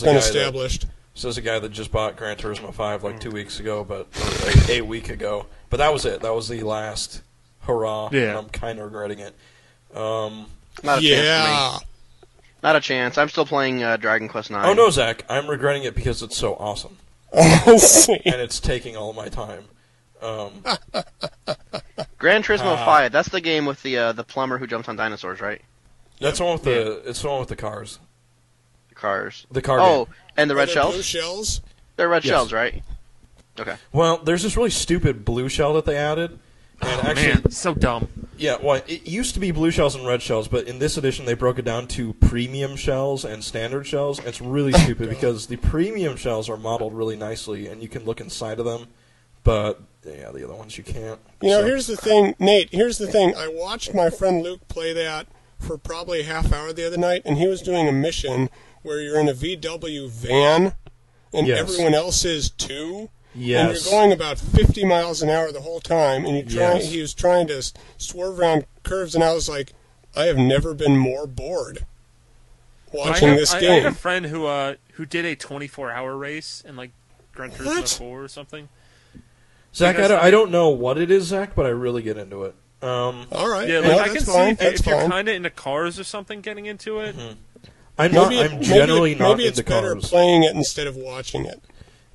[SPEAKER 3] That's
[SPEAKER 4] the
[SPEAKER 3] been
[SPEAKER 4] guy that,
[SPEAKER 3] established. Mm.
[SPEAKER 4] says the guy that just bought Gran Turismo Five like two weeks ago, but a, a week ago. But that was it. That was the last hurrah.
[SPEAKER 2] Yeah.
[SPEAKER 4] and I'm kind of regretting it. Um,
[SPEAKER 1] Not a chance for me.
[SPEAKER 3] yeah.
[SPEAKER 1] Not a chance. I'm still playing uh, Dragon Quest Nine.
[SPEAKER 4] oh no, Zach, I'm regretting it because it's so awesome
[SPEAKER 3] (laughs) I Oh, see.
[SPEAKER 4] and it's taking all my time.
[SPEAKER 3] Ah,
[SPEAKER 4] Um,
[SPEAKER 1] Gran Turismo Five. That's the game with the uh, the plumber who jumps on dinosaurs, right?
[SPEAKER 4] that's the one with the it's the one with the cars.
[SPEAKER 1] The cars.
[SPEAKER 4] The car. game.
[SPEAKER 1] Oh, and the
[SPEAKER 3] Are
[SPEAKER 1] red
[SPEAKER 3] there
[SPEAKER 1] shells.
[SPEAKER 3] Blue shells.
[SPEAKER 1] They're red
[SPEAKER 4] Yes.
[SPEAKER 1] shells, right? Okay.
[SPEAKER 4] Well, there's this really stupid blue shell that they added, and
[SPEAKER 2] Oh,
[SPEAKER 4] actually,
[SPEAKER 2] man, so dumb.
[SPEAKER 4] Yeah, well, it used to be blue shells and red shells, but in this edition they broke it down to premium shells and standard shells. It's
[SPEAKER 2] Oh,
[SPEAKER 4] really stupid because the premium shells are modeled really nicely, and you can look inside of them, but yeah, the other ones you can't.
[SPEAKER 3] You know,
[SPEAKER 4] So-
[SPEAKER 3] here's the thing, Nate. Here's the thing. I watched my friend Luke play that for probably a half hour the other night, and he was doing a mission where you're in a VW van, and
[SPEAKER 4] Yes.
[SPEAKER 3] everyone else is too.
[SPEAKER 4] Yes.
[SPEAKER 3] And you're going about 50 miles an hour the whole time, and you try,
[SPEAKER 4] Yes.
[SPEAKER 3] he was trying to s- swerve around curves, and I was like, I have never been more bored watching
[SPEAKER 2] I have,
[SPEAKER 3] this
[SPEAKER 2] I- I
[SPEAKER 3] game.
[SPEAKER 2] had a friend who uh, who did a 24-hour race in like Gran Turismo
[SPEAKER 3] What?
[SPEAKER 2] 4 or something.
[SPEAKER 4] Zach, I
[SPEAKER 2] Because-
[SPEAKER 4] don't, I don't know what it is, Zach, but I really get into it. Um,
[SPEAKER 3] All right.
[SPEAKER 2] Yeah, like
[SPEAKER 3] no,
[SPEAKER 2] I
[SPEAKER 3] that's
[SPEAKER 2] can see
[SPEAKER 3] fine.
[SPEAKER 2] if,
[SPEAKER 3] that's
[SPEAKER 2] if you're
[SPEAKER 3] fine. Hmm.
[SPEAKER 2] kind of into cars or something, getting into it.
[SPEAKER 4] I'm
[SPEAKER 3] Maybe,
[SPEAKER 4] not.
[SPEAKER 3] it-
[SPEAKER 4] I'm
[SPEAKER 3] maybe,
[SPEAKER 4] generally
[SPEAKER 3] it-
[SPEAKER 4] not
[SPEAKER 3] maybe it's
[SPEAKER 4] into
[SPEAKER 3] better
[SPEAKER 4] cars.
[SPEAKER 3] playing it instead of watching it.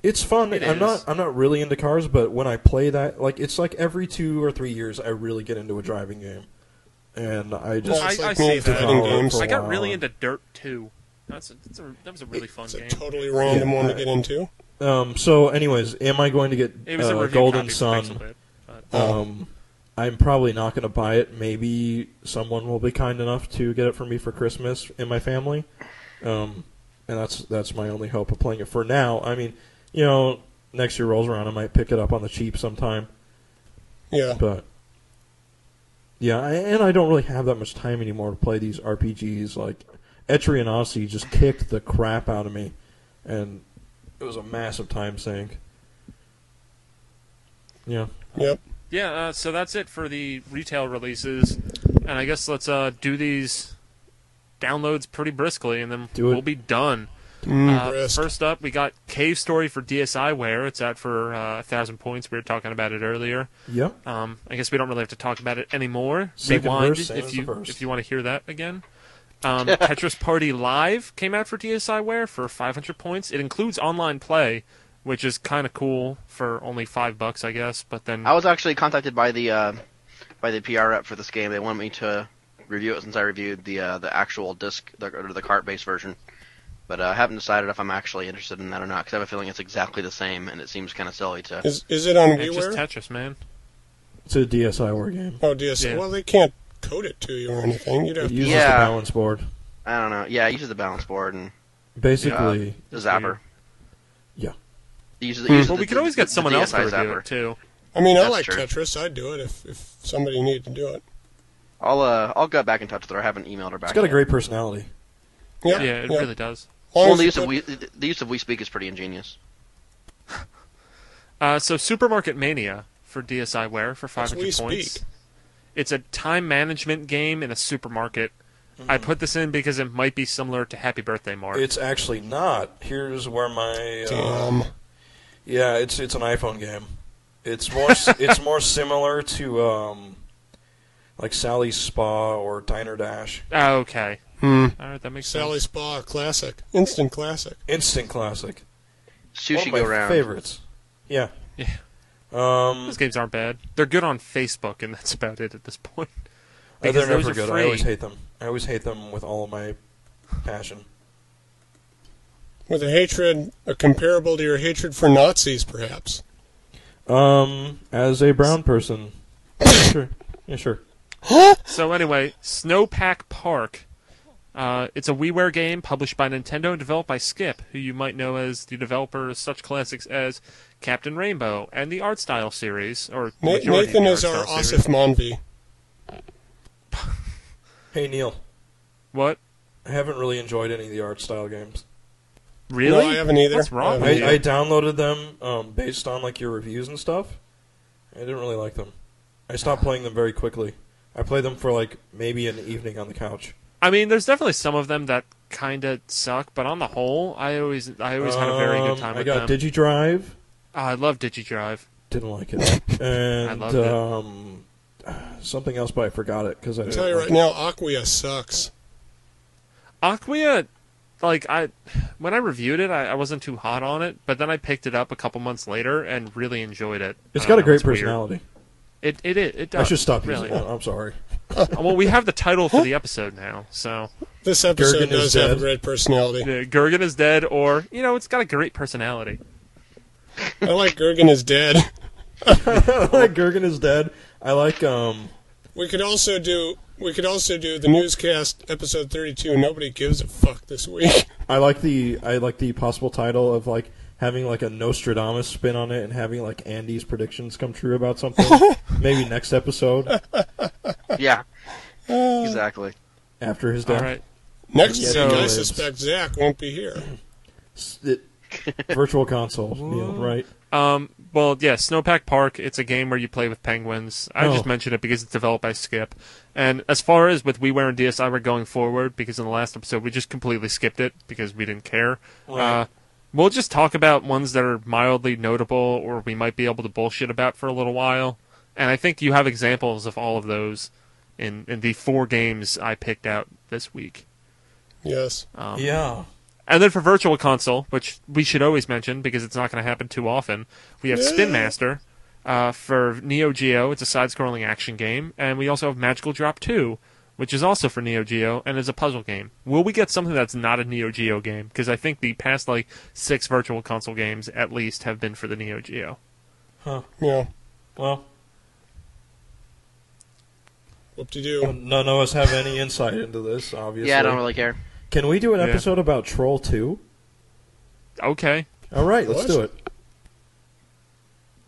[SPEAKER 4] It's fun.
[SPEAKER 2] It
[SPEAKER 4] I'm
[SPEAKER 2] is.
[SPEAKER 4] not. I'm not really into cars, but when I play that, like it's like every two or three years, I really get into a driving game, and I just
[SPEAKER 3] Well, it's
[SPEAKER 2] I,
[SPEAKER 3] like
[SPEAKER 2] I
[SPEAKER 3] me
[SPEAKER 2] see
[SPEAKER 3] with
[SPEAKER 2] that.
[SPEAKER 4] fighting games.
[SPEAKER 2] I got
[SPEAKER 4] Wow.
[SPEAKER 2] really into Dirt 2. That's a, that's a, that was a really fun
[SPEAKER 3] It's a
[SPEAKER 2] game.
[SPEAKER 3] totally random
[SPEAKER 4] Yeah,
[SPEAKER 3] one to
[SPEAKER 4] I-
[SPEAKER 3] get into.
[SPEAKER 4] Um, so, anyways, am I going to get
[SPEAKER 2] It was
[SPEAKER 4] uh,
[SPEAKER 2] a review
[SPEAKER 4] Golden
[SPEAKER 2] copy for
[SPEAKER 4] Sun?
[SPEAKER 2] Pixelbit, but-
[SPEAKER 4] Um, I'm probably not going to buy it. Maybe someone will be kind enough to get it for me for Christmas in my family. Um, and that's that's my only hope of playing it for now. I mean, you know, next year rolls around, I might pick it up on the cheap sometime.
[SPEAKER 3] Yeah.
[SPEAKER 4] But yeah, I, and I don't really have that much time anymore to play these RPGs. Like Etrian Odyssey just kicked the crap out of me, and it was a massive time sink. Yeah.
[SPEAKER 3] Yep.
[SPEAKER 2] Yeah, uh, so that's it for the retail releases, and I guess let's uh, do these downloads pretty briskly, and then
[SPEAKER 4] Do it. Mm.
[SPEAKER 2] we'll be done. Uh,
[SPEAKER 3] brisk.
[SPEAKER 2] first up, we got Cave Story for DSiWare. It's out for uh, thousand points. We were talking about it earlier.
[SPEAKER 4] Yep.
[SPEAKER 2] Um, I guess we don't really have to talk about it anymore.
[SPEAKER 4] Second
[SPEAKER 2] Rewind
[SPEAKER 4] verse, same as
[SPEAKER 2] if
[SPEAKER 4] the
[SPEAKER 2] you
[SPEAKER 4] first.
[SPEAKER 2] if you want to hear that again.
[SPEAKER 4] (laughs)
[SPEAKER 2] Um, Tetris Party Live came out for DSiWare for 500 points. It includes online play, which is kind of cool for only five bucks, I guess. But then
[SPEAKER 1] I was actually contacted by the uh, by the PR rep for this game. They wanted me to review it since I reviewed the uh, the actual disc the, or the cart based version. But uh, I haven't decided if I'm actually interested in that or not because I have a feeling it's exactly the same and it seems kind of silly to.
[SPEAKER 3] Is is it on
[SPEAKER 2] it's just
[SPEAKER 3] WiiWare?
[SPEAKER 2] Tetris, man.
[SPEAKER 4] It's a DSI war game.
[SPEAKER 3] oh, DS.
[SPEAKER 2] Yeah.
[SPEAKER 3] Well, they can't code it to you or anything. You'd have
[SPEAKER 4] It
[SPEAKER 3] to.
[SPEAKER 4] uses
[SPEAKER 1] Yeah.
[SPEAKER 4] the balance board.
[SPEAKER 1] I don't know. Yeah, it uses the balance board and
[SPEAKER 4] Basically,
[SPEAKER 1] the zapper.
[SPEAKER 4] Yeah.
[SPEAKER 1] It uses, it uses
[SPEAKER 2] Hmm. Well,
[SPEAKER 1] the,
[SPEAKER 2] we could always get
[SPEAKER 1] the-
[SPEAKER 2] someone
[SPEAKER 1] the
[SPEAKER 2] else to
[SPEAKER 1] DSi
[SPEAKER 2] review
[SPEAKER 1] zapper.
[SPEAKER 2] it too.
[SPEAKER 3] I mean, I
[SPEAKER 1] That's
[SPEAKER 3] like
[SPEAKER 1] true.
[SPEAKER 3] Tetris. I'd do it if, if somebody needed to do it.
[SPEAKER 1] I'll uh, I'll get back in touch with her. I haven't emailed her back.
[SPEAKER 4] it's got a
[SPEAKER 1] yet.
[SPEAKER 4] great personality.
[SPEAKER 3] Yep.
[SPEAKER 2] Yeah, it
[SPEAKER 3] yep.
[SPEAKER 2] really does.
[SPEAKER 3] As long
[SPEAKER 1] Well,
[SPEAKER 3] as
[SPEAKER 1] the
[SPEAKER 3] you
[SPEAKER 1] use of
[SPEAKER 3] put-
[SPEAKER 1] we the the use of we speak is pretty ingenious.
[SPEAKER 2] Uh, so, Supermarket Mania for DSiWare for
[SPEAKER 3] What's
[SPEAKER 2] 500
[SPEAKER 3] We
[SPEAKER 2] points.
[SPEAKER 3] Speak?
[SPEAKER 2] It's a time management game in a supermarket. I put this in because it might be similar to Happy Birthday, Mark.
[SPEAKER 4] It's actually not. Here's where my uh,
[SPEAKER 3] Damn.
[SPEAKER 4] yeah, it's it's an iPhone game. It's more s- it's more similar to um, like Sally's Spa or Diner Dash.
[SPEAKER 2] Ah, okay.
[SPEAKER 3] Hmm.
[SPEAKER 2] All right, that makes
[SPEAKER 3] Sally
[SPEAKER 2] sense.
[SPEAKER 3] Spa classic, instant classic.
[SPEAKER 4] Instant classic. One
[SPEAKER 1] Sushi
[SPEAKER 4] of
[SPEAKER 1] go
[SPEAKER 4] my
[SPEAKER 1] round.
[SPEAKER 4] favorites. Yeah.
[SPEAKER 2] Yeah.
[SPEAKER 4] Um,
[SPEAKER 2] Those games aren't bad. They're good on Facebook, and that's about it at this point.
[SPEAKER 4] they're
[SPEAKER 2] Because those
[SPEAKER 4] never
[SPEAKER 2] are
[SPEAKER 4] good.
[SPEAKER 2] free.
[SPEAKER 4] I always hate them. I always hate them with all of my passion.
[SPEAKER 3] With a hatred uh, comparable to your hatred for Nazis, perhaps.
[SPEAKER 4] Um, as a brown person, (coughs) sure, yeah, sure.
[SPEAKER 2] So anyway, Snowpack Park. Uh, it's a WiiWare game published by Nintendo and developed by Skip, who you might know as the developer of such classics as Captain Rainbow and the Art Style series. Or
[SPEAKER 3] Na-
[SPEAKER 2] majority of the
[SPEAKER 3] Nathan is
[SPEAKER 2] Art
[SPEAKER 3] our
[SPEAKER 2] Style
[SPEAKER 3] Asif
[SPEAKER 2] series.
[SPEAKER 3] Manvi.
[SPEAKER 4] Hey Neil,
[SPEAKER 2] What?
[SPEAKER 4] I haven't really enjoyed any of the art style games.
[SPEAKER 2] Really?
[SPEAKER 3] No, I haven't either. Uh,
[SPEAKER 2] What's wrong
[SPEAKER 3] I
[SPEAKER 2] with
[SPEAKER 4] I,
[SPEAKER 3] haven't
[SPEAKER 2] you?
[SPEAKER 4] I downloaded them um, based on like your reviews and stuff. I didn't really like them. I stopped playing them very quickly. I played them for like maybe an evening on the couch.
[SPEAKER 2] I mean, there's definitely some of them that kind of suck, but on the whole, I always I always had a very good
[SPEAKER 4] Um,
[SPEAKER 2] time
[SPEAKER 4] I
[SPEAKER 2] with
[SPEAKER 4] got
[SPEAKER 2] them.
[SPEAKER 4] Digi Drive.
[SPEAKER 2] Oh, I love DigiDrive.
[SPEAKER 4] Didn't
[SPEAKER 2] (laughs)
[SPEAKER 4] like it. And
[SPEAKER 2] loved it.
[SPEAKER 4] um, something else, but I forgot it because I
[SPEAKER 3] I'll
[SPEAKER 4] didn't
[SPEAKER 3] tell you
[SPEAKER 4] like
[SPEAKER 3] right
[SPEAKER 4] it.
[SPEAKER 3] now, Aquia sucks.
[SPEAKER 2] Aquia, like I, when I reviewed it, I, I wasn't too hot on it, but then I picked it up a couple months later and really enjoyed it.
[SPEAKER 4] It's
[SPEAKER 2] I
[SPEAKER 4] got
[SPEAKER 2] don't
[SPEAKER 4] a
[SPEAKER 2] know,
[SPEAKER 4] great
[SPEAKER 2] it's weird.
[SPEAKER 4] personality.
[SPEAKER 2] It it it, it
[SPEAKER 4] I
[SPEAKER 2] does.
[SPEAKER 4] should stop
[SPEAKER 2] really.
[SPEAKER 4] using it. I'm sorry.
[SPEAKER 2] (laughs)
[SPEAKER 4] (laughs)
[SPEAKER 2] well, we have the title for the episode now, so
[SPEAKER 3] This episode
[SPEAKER 4] Gergen
[SPEAKER 3] does
[SPEAKER 4] is
[SPEAKER 3] have a
[SPEAKER 4] dead.
[SPEAKER 3] great personality.
[SPEAKER 2] yeah, Gergen is dead, or you know, it's got a great personality.
[SPEAKER 3] I like Gergen is dead. (laughs)
[SPEAKER 4] I like Gergen is dead. I like um
[SPEAKER 3] We could also do we could also do the newscast episode thirty two. Nobody gives a fuck this week. (laughs)
[SPEAKER 4] I like the I like the possible title of like having like a Nostradamus spin on it and having like Andy's predictions come true about (laughs) something. Maybe next episode (laughs)
[SPEAKER 1] Yeah,
[SPEAKER 4] Uh,
[SPEAKER 1] exactly.
[SPEAKER 4] after his
[SPEAKER 2] All
[SPEAKER 4] death.
[SPEAKER 2] right.
[SPEAKER 3] Next
[SPEAKER 4] Yeah,
[SPEAKER 3] week,
[SPEAKER 2] so
[SPEAKER 3] I
[SPEAKER 4] it's-
[SPEAKER 3] suspect Zach won't be here.
[SPEAKER 4] S- it- virtual (laughs) console, Neil, right?
[SPEAKER 2] Um, well, yeah, Snowpack Park. It's a game where you play with penguins. I
[SPEAKER 4] Oh.
[SPEAKER 2] just mentioned it because it's developed by Skip. And as far as with WiiWare and DSi, we're going forward because in the last episode we just completely skipped it because we didn't care.
[SPEAKER 4] Right.
[SPEAKER 2] Uh, we'll just talk about ones that are mildly notable or we might be able to bullshit about for a little while. And I think you have examples of all of those in in the four games I picked out this week.
[SPEAKER 3] Yes.
[SPEAKER 4] Uh.
[SPEAKER 2] Um,
[SPEAKER 4] Yeah.
[SPEAKER 2] and then for Virtual Console, which we should always mention because it's not going to happen too often, we have Spin Master uh, for Neo Geo. It's a side-scrolling action game, and we also have Magical Drop Two, which is also for Neo Geo and is a puzzle game. Will we get something that's not a Neo Geo game? Because I think the past like six Virtual Console games at least have been for the Neo Geo.
[SPEAKER 3] Yeah.
[SPEAKER 4] Well,
[SPEAKER 3] Whoop de doo.
[SPEAKER 4] none of us have any insight into this, obviously.
[SPEAKER 1] Yeah, I don't really care.
[SPEAKER 4] Can we do an
[SPEAKER 2] Yeah.
[SPEAKER 4] episode about Troll 2?
[SPEAKER 2] Okay,
[SPEAKER 4] All right, let's
[SPEAKER 3] What?
[SPEAKER 4] do it.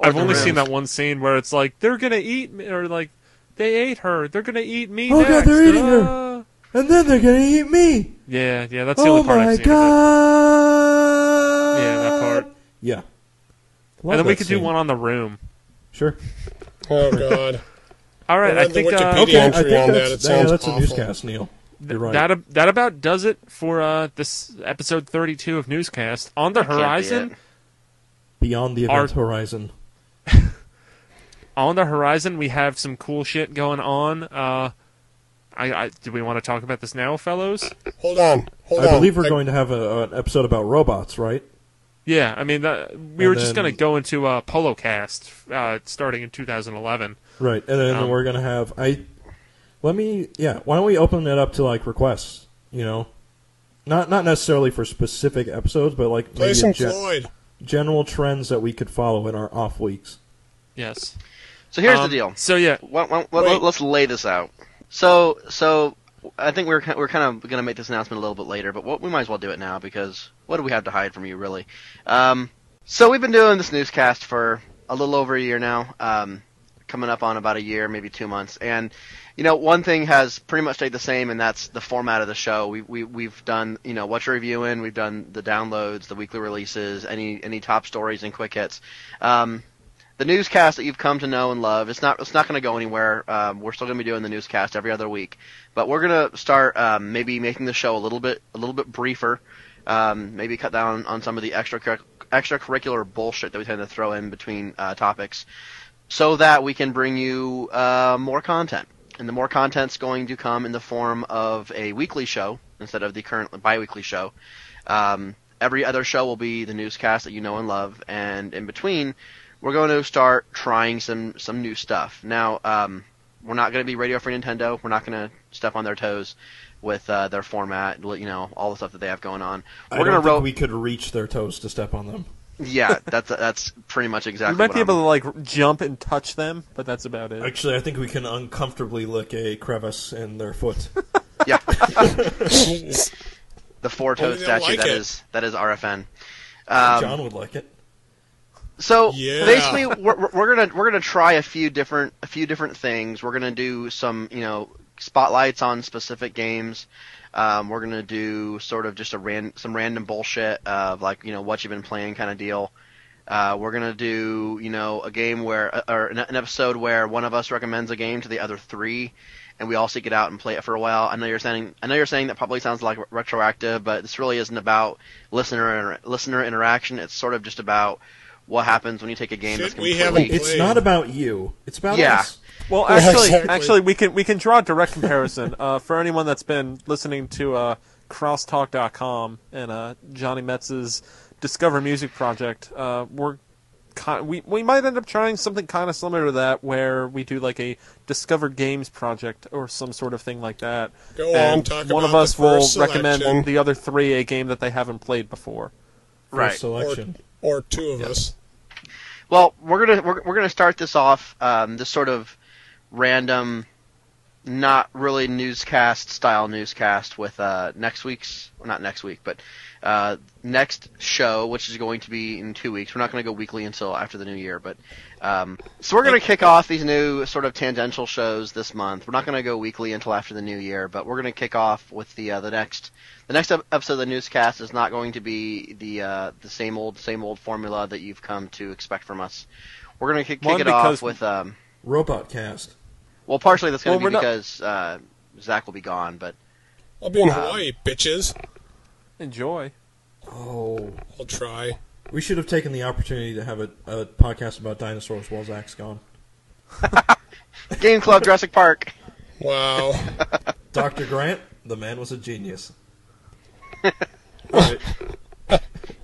[SPEAKER 2] I've only
[SPEAKER 1] Rims.
[SPEAKER 2] seen that one scene where it's like they're gonna eat me, or like they ate her. They're gonna eat me.
[SPEAKER 4] Oh, God,
[SPEAKER 2] next.
[SPEAKER 4] they're eating her.
[SPEAKER 2] Ah.
[SPEAKER 4] And then they're going to eat me.
[SPEAKER 2] Yeah, yeah, that's the
[SPEAKER 4] oh
[SPEAKER 2] only part
[SPEAKER 4] my
[SPEAKER 2] I've seen. of it.
[SPEAKER 4] god.
[SPEAKER 2] Yeah, that part.
[SPEAKER 4] Yeah. Love
[SPEAKER 2] and then we
[SPEAKER 4] that
[SPEAKER 2] could do
[SPEAKER 4] scene.
[SPEAKER 2] one on the room.
[SPEAKER 4] Sure.
[SPEAKER 3] Oh God.
[SPEAKER 2] All right,
[SPEAKER 3] Well,
[SPEAKER 2] I
[SPEAKER 3] the
[SPEAKER 2] think uh,
[SPEAKER 3] Wikipedia- Okay,
[SPEAKER 4] I
[SPEAKER 3] entry
[SPEAKER 4] think
[SPEAKER 3] on that,
[SPEAKER 4] that's,
[SPEAKER 3] it
[SPEAKER 4] yeah,
[SPEAKER 3] sounds
[SPEAKER 4] that's a
[SPEAKER 3] awful.
[SPEAKER 4] newscast, Neil. You're right.
[SPEAKER 2] that that about does it for uh, this episode 32 of Newscast. On the
[SPEAKER 1] That can't be
[SPEAKER 2] horizon,
[SPEAKER 1] it.
[SPEAKER 4] Beyond the event
[SPEAKER 2] Art-
[SPEAKER 4] horizon.
[SPEAKER 2] on the horizon, we have some cool shit going on. Uh, I, I do we want to talk about this now, fellows?
[SPEAKER 3] Hold on. Hold
[SPEAKER 4] I
[SPEAKER 3] on.
[SPEAKER 4] believe we're going to have a, an episode about robots, right?
[SPEAKER 2] Yeah, I mean, that, we
[SPEAKER 4] And
[SPEAKER 2] were just
[SPEAKER 4] then-
[SPEAKER 2] gonna go into uh, Polocast uh, starting in 2011.
[SPEAKER 4] Right, and then
[SPEAKER 2] Um,
[SPEAKER 4] we're gonna have I. Let me, yeah. Why don't we open it up to like requests? You know, not not necessarily for specific episodes, but like
[SPEAKER 3] Play
[SPEAKER 4] maybe
[SPEAKER 3] some
[SPEAKER 4] gen-
[SPEAKER 3] Floyd. (laughs)
[SPEAKER 4] general trends that we could follow in our off weeks.
[SPEAKER 2] Yes.
[SPEAKER 1] So here's
[SPEAKER 2] Um,
[SPEAKER 1] the deal.
[SPEAKER 2] So yeah,
[SPEAKER 1] Why- why- let,
[SPEAKER 3] Wait.
[SPEAKER 1] us lay this out. So, so I think we're ki- we're kind of going to make this announcement a little bit later, but what, we might as well do it now because what do we have to hide from you, really? Um, so we've been doing this newscast for a little over a year now, um, coming up on about a year, maybe two months, and you know one thing has pretty much stayed the same, and that's the format of the show. We we we've done you know what you're reviewing, we've done the downloads, the weekly releases, any any top stories and quick hits. Um, the newscast that you've come to know and love. It's not it's not going to go anywhere. Um, we're still going to be doing the newscast every other week, but we're going to start um, maybe making the show a little bit a little bit briefer. Um, maybe cut down on some of the extra extracurricular bullshit that we tend to throw in between uh, topics, so that we can bring you uh, more content. And the more content's going to come in the form of a weekly show instead of the current biweekly show. Um, every other show will be the newscast that you know and love, and in between, we're going to start trying some some new stuff. Now, um, we're not going to be radio for Nintendo. We're not going to step on their toes with uh, their format, you know, all the stuff that they have going on. We're
[SPEAKER 4] I don't
[SPEAKER 1] gonna
[SPEAKER 4] think
[SPEAKER 1] roll.
[SPEAKER 4] we could reach their toes to step on them.
[SPEAKER 1] yeah, that's that's pretty much exactly.
[SPEAKER 5] We might
[SPEAKER 1] what
[SPEAKER 5] be
[SPEAKER 1] I'm-
[SPEAKER 5] able to like jump and touch them, but that's about it.
[SPEAKER 4] Actually, I think we can uncomfortably lick a crevice in their foot.
[SPEAKER 1] Yeah,
[SPEAKER 3] Jeez.
[SPEAKER 1] the
[SPEAKER 3] Well, we
[SPEAKER 1] four-toed
[SPEAKER 3] don't
[SPEAKER 1] statue.
[SPEAKER 3] Oh, like
[SPEAKER 1] that
[SPEAKER 3] it.
[SPEAKER 1] is that is RFN. Um,
[SPEAKER 4] John would like it.
[SPEAKER 1] So
[SPEAKER 3] Yeah.
[SPEAKER 1] basically, we're, we're- we're gonna we're gonna try a few different a few different things. We're gonna do some you know spotlights on specific games. Um, we're gonna do sort of just a ran- some random bullshit of like you know what you've been playing kind of deal. Uh, we're gonna do you know a game where uh, or an an episode where one of us recommends a game to the other three, and we all seek it out and play it for a while. I know you're saying I know you're saying that probably sounds like retroactive, but this really isn't about listener inter- listener interaction. It's sort of just about what happens when you take a game
[SPEAKER 3] Shit,
[SPEAKER 1] that's
[SPEAKER 3] we
[SPEAKER 1] completely
[SPEAKER 3] haven't
[SPEAKER 4] It's
[SPEAKER 3] Please.
[SPEAKER 4] not about you. It's about
[SPEAKER 1] Yeah.
[SPEAKER 4] us.
[SPEAKER 5] Well, actually,
[SPEAKER 3] exactly.
[SPEAKER 5] actually, we can we can draw a direct comparison uh, for anyone that's been listening to uh, Crosstalk.com and uh, Johnny Metz's Discover Music project. Uh, we're ki we we might end up trying something kind of similar to that, where we do like a Discover Games project or some sort of thing like that.
[SPEAKER 3] Go
[SPEAKER 5] and
[SPEAKER 3] on, talk
[SPEAKER 5] One of
[SPEAKER 3] about
[SPEAKER 5] us
[SPEAKER 3] the
[SPEAKER 5] will
[SPEAKER 3] first selection.
[SPEAKER 5] recommend the other three a game that they haven't played before.
[SPEAKER 4] for
[SPEAKER 1] right.
[SPEAKER 3] or,
[SPEAKER 4] selection.
[SPEAKER 3] or two of us.
[SPEAKER 1] Well, we're gonna we're, we're gonna start this off um, this sort of random not really newscast style newscast with uh, next week's well, not next week, but uh, next show, which is going to be in two weeks. We're not going to go weekly until after the new year, but um, so we're going to kick off these new sort of tangential shows this month. We're not going to go weekly until after the new year, but we're going to kick off with the uh, the next the next ep- episode of the newscast is not going to be the uh, the same old same old formula that you've come to expect from us. We're going to kick,
[SPEAKER 5] One,
[SPEAKER 1] kick it off
[SPEAKER 5] because-
[SPEAKER 1] with. Um,
[SPEAKER 4] Robot cast.
[SPEAKER 1] well, partially that's going
[SPEAKER 5] Well,
[SPEAKER 1] to
[SPEAKER 5] we're
[SPEAKER 1] be
[SPEAKER 5] not-
[SPEAKER 1] because uh, Zach will be gone, but
[SPEAKER 3] I'll be in Hawaii, bitches.
[SPEAKER 5] Enjoy.
[SPEAKER 4] Oh,
[SPEAKER 3] I'll try.
[SPEAKER 4] we should have taken the opportunity to have a, a podcast about dinosaurs while Zach's gone.
[SPEAKER 1] Game Club (laughs) Jurassic Park.
[SPEAKER 4] (laughs)
[SPEAKER 3] Wow.
[SPEAKER 4] Doctor Grant, the man was a genius. All right.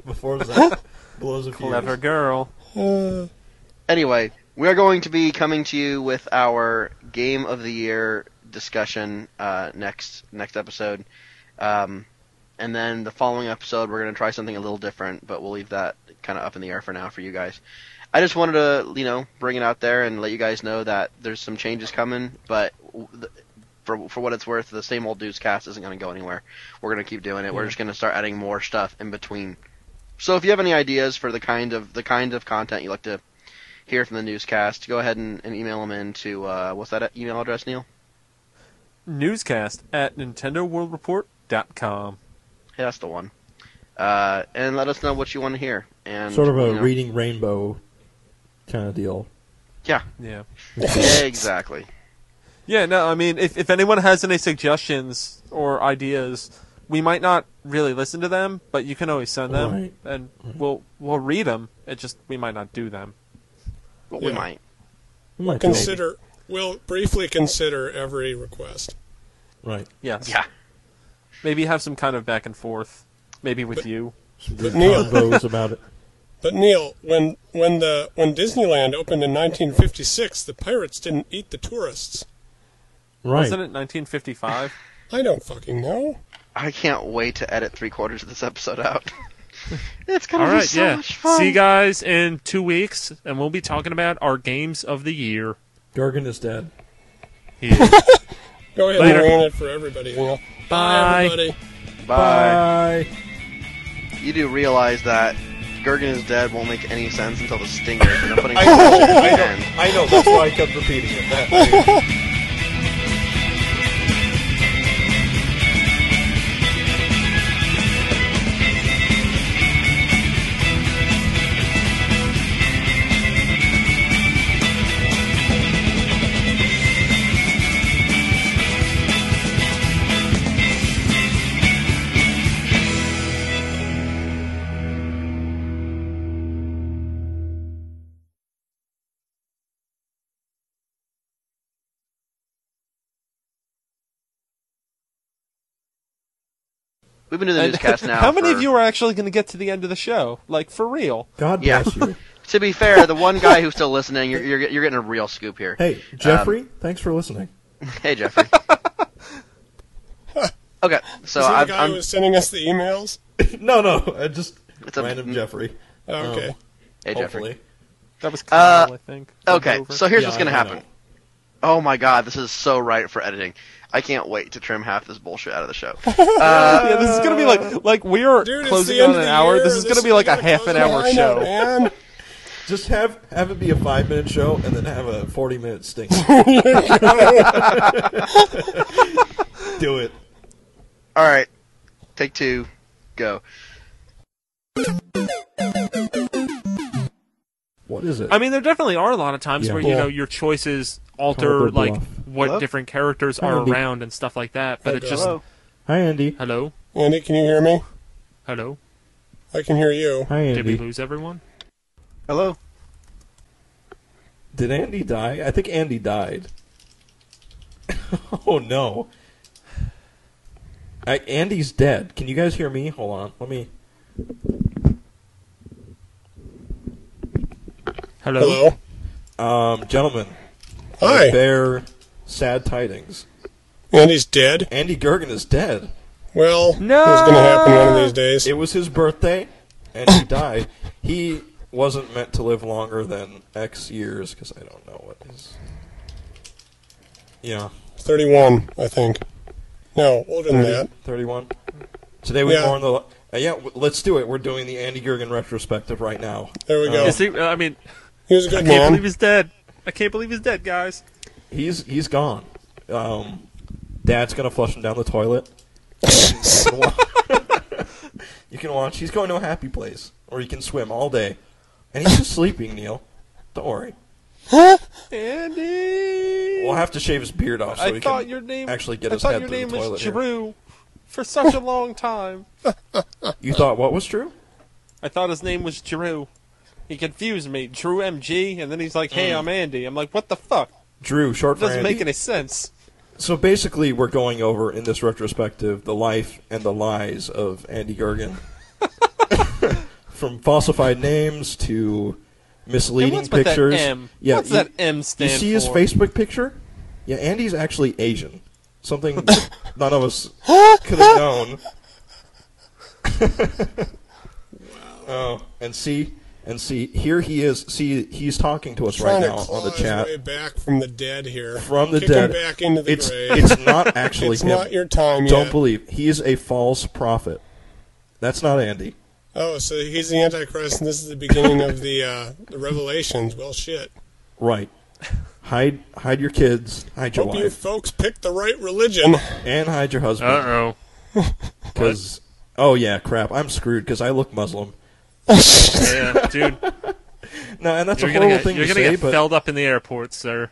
[SPEAKER 4] Before Zach blows a fuse.
[SPEAKER 5] Clever girl.
[SPEAKER 3] Uh,
[SPEAKER 1] Anyway, we are going to be coming to you with our Game of the Year discussion uh, next next episode, um, and then the following episode we're going to try something a little different, but we'll leave that kind of up in the air for now for you guys. I just wanted to you know bring it out there and let you guys know that there's some changes coming, but. w- th- For, for what it's worth, the same old dudes cast isn't going to go anywhere. We're going to keep doing it. We're just going to start adding more stuff in between. So if you have any ideas for the kind of the kind of content you like to hear from the newscast, go ahead and, and email them in to uh, what's that email address, Neil?
[SPEAKER 5] Newscast at NintendoWorldReport.com.
[SPEAKER 1] Yeah, that's the one. Uh, and let us know what you want to hear. And
[SPEAKER 4] Sort of a
[SPEAKER 1] you know-
[SPEAKER 4] reading rainbow kind of deal.
[SPEAKER 5] Yeah.
[SPEAKER 1] exactly.
[SPEAKER 5] Yeah, no, I mean, if, if anyone has any suggestions or ideas, we might not really listen to them, but you can always send them,
[SPEAKER 4] Right.
[SPEAKER 5] and we'll we'll read them. It just we might not do them.
[SPEAKER 1] But we
[SPEAKER 3] Yeah.
[SPEAKER 1] might.
[SPEAKER 4] We might do it.
[SPEAKER 3] consider. We'll briefly consider every request.
[SPEAKER 4] right.
[SPEAKER 5] Yes.
[SPEAKER 1] Yeah.
[SPEAKER 5] Maybe have some kind of back and forth. Maybe with you.
[SPEAKER 4] Some good
[SPEAKER 3] Neil-
[SPEAKER 4] combos about it.
[SPEAKER 3] But Neil, when when the when Disneyland opened in 1956, the pirates didn't eat the tourists.
[SPEAKER 4] Right.
[SPEAKER 5] Wasn't it 1955?
[SPEAKER 1] (laughs)
[SPEAKER 3] I don't fucking know.
[SPEAKER 1] I can't wait to edit three quarters of this episode
[SPEAKER 2] (laughs)
[SPEAKER 1] out. it's gonna
[SPEAKER 2] All
[SPEAKER 1] be
[SPEAKER 2] right,
[SPEAKER 1] so
[SPEAKER 2] yeah.
[SPEAKER 1] much fun.
[SPEAKER 2] See you guys in two weeks, and we'll be talking about our games of the year.
[SPEAKER 4] Gargan is dead.
[SPEAKER 2] He is.
[SPEAKER 3] Go ahead
[SPEAKER 2] Later.
[SPEAKER 3] and ruin it for everybody. Neil.
[SPEAKER 2] Bye.
[SPEAKER 3] everybody.
[SPEAKER 1] Bye.
[SPEAKER 4] Bye.
[SPEAKER 1] You do realize that Gergen is dead won't make any sense until the stinger. and I'm putting
[SPEAKER 4] I know, that's why I kept repeating it.
[SPEAKER 1] We've been doing the
[SPEAKER 5] And
[SPEAKER 1] (laughs) newscast now.
[SPEAKER 5] How many
[SPEAKER 1] for-
[SPEAKER 5] of you are actually going to get to the end of the show? Like for real?
[SPEAKER 4] God
[SPEAKER 1] Yeah.
[SPEAKER 4] bless (laughs) you.
[SPEAKER 1] To be fair, the one guy who's still listening, you're, you're, you're getting a real scoop here.
[SPEAKER 4] Hey, Jeffrey, thanks for listening.
[SPEAKER 1] Hey, Jeffrey. okay, so
[SPEAKER 3] Is he the
[SPEAKER 1] I've,
[SPEAKER 3] guy
[SPEAKER 1] I'm.
[SPEAKER 3] who was sending us the emails?
[SPEAKER 4] (laughs) no, no, I just
[SPEAKER 1] It's a-
[SPEAKER 4] random Jeffrey.
[SPEAKER 3] Oh, okay.
[SPEAKER 1] hey, Jeffrey.
[SPEAKER 4] Hopefully.
[SPEAKER 5] That was
[SPEAKER 1] Uh,
[SPEAKER 5] Kyle, I think.
[SPEAKER 1] Okay,
[SPEAKER 5] Over.
[SPEAKER 1] so here's
[SPEAKER 4] Yeah,
[SPEAKER 1] what's gonna
[SPEAKER 4] I don't
[SPEAKER 1] happen. Oh my god, this is so right for editing. I can't wait to trim half this bullshit out of the show. (laughs)
[SPEAKER 5] (laughs) yeah, this is gonna be
[SPEAKER 4] Uh,
[SPEAKER 5] like like we are
[SPEAKER 3] Dude, it's
[SPEAKER 5] closing
[SPEAKER 3] the
[SPEAKER 5] on
[SPEAKER 3] end
[SPEAKER 5] an
[SPEAKER 3] of the
[SPEAKER 5] hour.
[SPEAKER 3] year.
[SPEAKER 5] This is gonna be like
[SPEAKER 3] we
[SPEAKER 5] a
[SPEAKER 3] gotta
[SPEAKER 5] half an
[SPEAKER 3] close the
[SPEAKER 5] hour
[SPEAKER 3] line up,
[SPEAKER 5] show.
[SPEAKER 3] man.
[SPEAKER 4] Just have have it be a five minute show and then have a forty minute (laughs) stink. Do it.
[SPEAKER 1] All right, take two, go.
[SPEAKER 4] What is it?
[SPEAKER 2] I mean, there definitely are a lot of times
[SPEAKER 4] Yeah.
[SPEAKER 2] where
[SPEAKER 4] Yeah.
[SPEAKER 2] you know your choices
[SPEAKER 4] Call
[SPEAKER 2] alter
[SPEAKER 4] the
[SPEAKER 2] like
[SPEAKER 4] bluff.
[SPEAKER 2] what
[SPEAKER 1] Hello?
[SPEAKER 2] different characters
[SPEAKER 4] Hi,
[SPEAKER 2] are
[SPEAKER 4] Andy.
[SPEAKER 2] around and stuff like that. But it's just
[SPEAKER 1] Hello.
[SPEAKER 4] Hi Andy.
[SPEAKER 2] hello,
[SPEAKER 3] Andy, can you hear me?
[SPEAKER 2] hello.
[SPEAKER 3] I can hear you.
[SPEAKER 4] Hi
[SPEAKER 2] Did we
[SPEAKER 4] Andy.
[SPEAKER 2] lose everyone?
[SPEAKER 1] Hello.
[SPEAKER 4] Did Andy die? I think Andy died. (laughs) oh no. I, Andy's dead. Can you guys hear me? Hold on. Let me.
[SPEAKER 2] Hello.
[SPEAKER 3] Hello.
[SPEAKER 4] Um, gentlemen, I
[SPEAKER 3] Hi.
[SPEAKER 4] bear sad tidings.
[SPEAKER 3] Andy's dead.
[SPEAKER 4] Andy Gergen is dead.
[SPEAKER 3] Well, it was going to happen one of these days.
[SPEAKER 4] It was his birthday, and he died. He wasn't meant to live longer than X years because I don't know what his. Yeah,
[SPEAKER 3] 31, I think. No, older than
[SPEAKER 4] 30,
[SPEAKER 3] that.
[SPEAKER 4] 31. Today we
[SPEAKER 3] Yeah.
[SPEAKER 4] mourn the. lo- Uh, yeah, w- let's do it. We're doing the Andy Gergen retrospective right now. Um,
[SPEAKER 3] There we go.
[SPEAKER 5] Is he, I mean,
[SPEAKER 3] He was a
[SPEAKER 5] I
[SPEAKER 3] good
[SPEAKER 5] can't
[SPEAKER 3] man.
[SPEAKER 5] believe he's dead. I can't believe he's dead, guys.
[SPEAKER 4] He's he's gone. Um, Dad's gonna flush him down the toilet. (laughs) you can wa- you can watch. He's going to a happy place, or you can swim all day. And he's just sleeping, Neil. Don't worry.
[SPEAKER 5] Andy.
[SPEAKER 4] We'll have to shave his beard off so
[SPEAKER 5] I
[SPEAKER 4] he
[SPEAKER 5] thought
[SPEAKER 4] can
[SPEAKER 5] your name
[SPEAKER 4] actually get
[SPEAKER 5] I
[SPEAKER 4] his
[SPEAKER 5] thought
[SPEAKER 4] head
[SPEAKER 5] your
[SPEAKER 4] through
[SPEAKER 5] name
[SPEAKER 4] the toilet.
[SPEAKER 5] was
[SPEAKER 4] here.
[SPEAKER 5] Drew for such a long time.
[SPEAKER 4] You thought what was true?
[SPEAKER 5] I thought his name was Drew. He confused me, Drew MG, and then he's like, "Hey, I'm Andy." I'm like, "What the fuck?
[SPEAKER 4] Drew, short
[SPEAKER 5] It
[SPEAKER 4] for
[SPEAKER 5] doesn't
[SPEAKER 4] Andy.
[SPEAKER 5] make any sense."
[SPEAKER 4] So basically, we're going over in this retrospective the life and the lies of
[SPEAKER 5] (laughs)
[SPEAKER 4] Andy Gergen, from falsified names to misleading
[SPEAKER 5] And what's with
[SPEAKER 4] pictures.
[SPEAKER 5] that M?
[SPEAKER 4] Yeah,
[SPEAKER 5] what's
[SPEAKER 4] you,
[SPEAKER 5] that M
[SPEAKER 4] you
[SPEAKER 5] stand
[SPEAKER 4] see
[SPEAKER 5] for?
[SPEAKER 4] his Facebook picture? Yeah, Andy's actually Asian.
[SPEAKER 3] (laughs)
[SPEAKER 4] Something none of us could have known. oh, and see, and see, here he is. See, he's talking to us right
[SPEAKER 3] Trying to
[SPEAKER 4] now
[SPEAKER 3] claw
[SPEAKER 4] on the
[SPEAKER 3] his
[SPEAKER 4] chat
[SPEAKER 3] way back from the dead here.
[SPEAKER 4] from the
[SPEAKER 3] Oh, Kick
[SPEAKER 4] dead.
[SPEAKER 3] Him back into the
[SPEAKER 4] it's
[SPEAKER 3] grave. (laughs)
[SPEAKER 4] it's not actually
[SPEAKER 3] It's
[SPEAKER 4] him.
[SPEAKER 3] not your time
[SPEAKER 4] Don't
[SPEAKER 3] yet.
[SPEAKER 4] believe he is a false prophet. That's not Andy.
[SPEAKER 3] oh, so he's the Antichrist, and this is the beginning of the uh, the revelations. Well, shit.
[SPEAKER 4] Right. Hide hide your kids, hide your
[SPEAKER 3] Hope you
[SPEAKER 4] wife,
[SPEAKER 3] folks picked the right religion. (laughs)
[SPEAKER 4] and hide your husband.
[SPEAKER 2] Uh oh.
[SPEAKER 4] Because oh yeah, crap, I'm screwed because I look Muslim.
[SPEAKER 2] Yeah, dude.
[SPEAKER 4] No, and that's
[SPEAKER 2] You're
[SPEAKER 4] a
[SPEAKER 2] gonna
[SPEAKER 4] horrible
[SPEAKER 2] get,
[SPEAKER 4] thing
[SPEAKER 2] you're
[SPEAKER 4] to
[SPEAKER 2] gonna
[SPEAKER 4] say,
[SPEAKER 2] get
[SPEAKER 4] but
[SPEAKER 2] felled up in the airport, sir.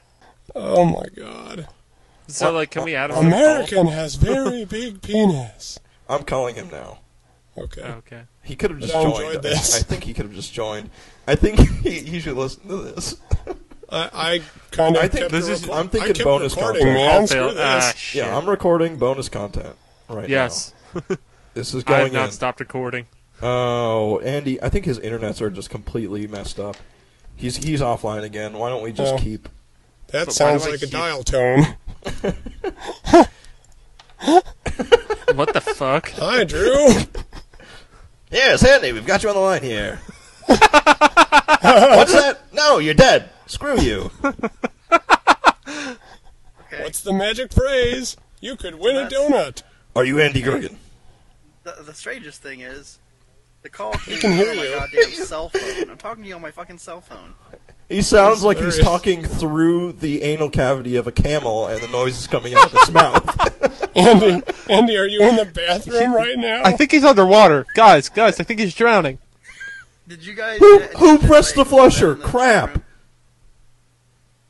[SPEAKER 3] Oh my God.
[SPEAKER 4] Uh,
[SPEAKER 2] So like, can we add another call?
[SPEAKER 3] American has
[SPEAKER 4] (laughs)
[SPEAKER 3] very big penis.
[SPEAKER 4] I'm calling him now.
[SPEAKER 3] Okay.
[SPEAKER 2] Oh, Okay.
[SPEAKER 4] He could have just
[SPEAKER 3] I enjoyed
[SPEAKER 4] joined. I,
[SPEAKER 3] this.
[SPEAKER 4] I think he could have just joined. I think (laughs) he, he should listen to this.
[SPEAKER 3] I, I kind of.
[SPEAKER 4] I think
[SPEAKER 3] kept
[SPEAKER 4] this
[SPEAKER 3] the
[SPEAKER 4] is-
[SPEAKER 3] recor-
[SPEAKER 4] I'm thinking
[SPEAKER 3] I kept
[SPEAKER 4] bonus
[SPEAKER 3] recording,
[SPEAKER 4] content. Uh,
[SPEAKER 3] man.
[SPEAKER 2] I'll
[SPEAKER 3] Screw
[SPEAKER 2] fail.
[SPEAKER 3] this.
[SPEAKER 2] Ah, shit.
[SPEAKER 4] Yeah, I'm recording bonus content right
[SPEAKER 2] yes.
[SPEAKER 4] now. This is
[SPEAKER 2] I
[SPEAKER 4] going
[SPEAKER 2] have not
[SPEAKER 4] in.
[SPEAKER 2] stopped recording.
[SPEAKER 4] Oh, Andy, I think his internets are just completely messed up. He's he's offline again. Why don't we just
[SPEAKER 3] Oh.
[SPEAKER 4] keep?
[SPEAKER 3] that
[SPEAKER 2] But why
[SPEAKER 3] sounds
[SPEAKER 2] do I
[SPEAKER 3] like a
[SPEAKER 2] keep-
[SPEAKER 3] dial
[SPEAKER 4] (laughs)
[SPEAKER 3] tone.
[SPEAKER 2] What the fuck?
[SPEAKER 3] Hi, Drew. (laughs)
[SPEAKER 4] Yes, Andy, we've got you on the line here. What's that? No, you're dead.
[SPEAKER 3] (laughs)
[SPEAKER 4] Screw you.
[SPEAKER 3] What's the magic phrase? You could win a donut.
[SPEAKER 4] Are you Andy Gergen?
[SPEAKER 1] The, the strangest thing is, the call came from
[SPEAKER 3] can hear
[SPEAKER 1] my
[SPEAKER 3] you.
[SPEAKER 1] goddamn
[SPEAKER 4] (laughs)
[SPEAKER 1] cell phone. I'm talking to you on my fucking cell phone.
[SPEAKER 4] He sounds like he's
[SPEAKER 3] There is-
[SPEAKER 4] talking through the anal cavity of a camel, and the noise is coming out of (laughs) his mouth.
[SPEAKER 3] Andy, Andy, are you in the bathroom right now?
[SPEAKER 5] (laughs) I think he's underwater, guys. Guys, I think he's drowning.
[SPEAKER 1] Did you guys?
[SPEAKER 4] Who-
[SPEAKER 1] uh,
[SPEAKER 4] who
[SPEAKER 1] did-
[SPEAKER 4] pressed the
[SPEAKER 1] did I post
[SPEAKER 4] flusher?
[SPEAKER 1] in the
[SPEAKER 4] Crap.
[SPEAKER 1] chat room?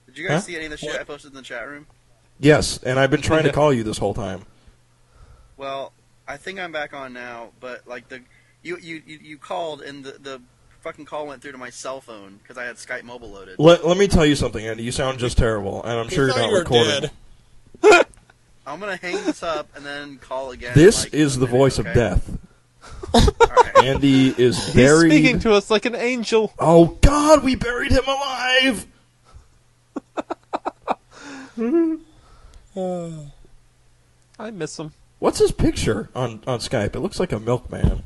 [SPEAKER 1] Did you guys
[SPEAKER 4] Huh?
[SPEAKER 1] see any of the shit I posted in the chat room?
[SPEAKER 4] yes, and I've been (laughs) trying to call you this whole time.
[SPEAKER 1] Well, I think I'm back on now, but like the you you you, you called and the the fucking call went through to my cell phone because I had Skype mobile loaded.
[SPEAKER 4] Let, let me tell you something, Andy. You sound just terrible, and I'm
[SPEAKER 3] He
[SPEAKER 4] sure you're
[SPEAKER 3] thought
[SPEAKER 4] not
[SPEAKER 3] you were
[SPEAKER 4] recording.
[SPEAKER 3] dead.
[SPEAKER 1] I'm gonna hang this up and then call again.
[SPEAKER 4] This
[SPEAKER 1] like,
[SPEAKER 4] is
[SPEAKER 1] in a
[SPEAKER 4] the
[SPEAKER 1] minute,
[SPEAKER 4] voice
[SPEAKER 1] okay?
[SPEAKER 4] of (laughs) death.
[SPEAKER 1] Alright.
[SPEAKER 4] Andy is
[SPEAKER 5] He's
[SPEAKER 4] buried.
[SPEAKER 5] speaking to us like an angel.
[SPEAKER 4] Oh God, we buried him alive.
[SPEAKER 5] I miss him.
[SPEAKER 4] What's his picture on on Skype? It looks like a milkman.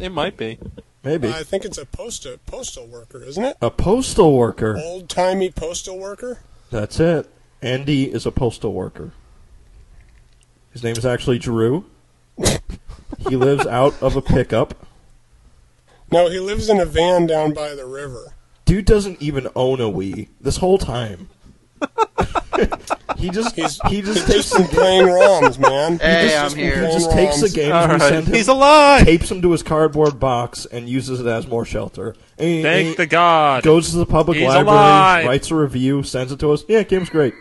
[SPEAKER 5] It might be.
[SPEAKER 4] Maybe
[SPEAKER 3] Uh, I think it's a postal postal worker, isn't it?
[SPEAKER 4] a postal worker.
[SPEAKER 3] Old timey postal worker.
[SPEAKER 4] That's it. Andy is a postal worker. His name is actually Drew. he lives out of a pickup.
[SPEAKER 3] No, he lives in a van down by the river.
[SPEAKER 4] Dude doesn't even own a Wii this whole time. he just
[SPEAKER 3] He's-
[SPEAKER 4] he just
[SPEAKER 3] He's
[SPEAKER 4] takes
[SPEAKER 3] just been playing ROMs, man.
[SPEAKER 1] Hey,
[SPEAKER 3] He's
[SPEAKER 1] I'm
[SPEAKER 3] just been
[SPEAKER 1] here.
[SPEAKER 4] he
[SPEAKER 3] playing
[SPEAKER 4] just takes the
[SPEAKER 3] ROMs.
[SPEAKER 4] games
[SPEAKER 5] All
[SPEAKER 4] we
[SPEAKER 5] right.
[SPEAKER 4] send him,
[SPEAKER 5] He's alive.
[SPEAKER 4] tapes them to his cardboard box, and uses it as more shelter. And he- and he-
[SPEAKER 2] Thank the god.
[SPEAKER 4] goes to the public
[SPEAKER 2] He's
[SPEAKER 4] library,
[SPEAKER 2] alive.
[SPEAKER 4] writes a review, sends it to us. Yeah, game's great.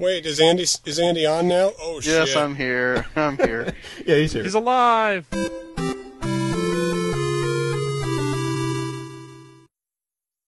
[SPEAKER 3] Wait, is Andy is Andy on now? Oh shit!
[SPEAKER 1] Yes, I'm here. (laughs) I'm here.
[SPEAKER 4] Yeah, he's here.
[SPEAKER 2] He's alive.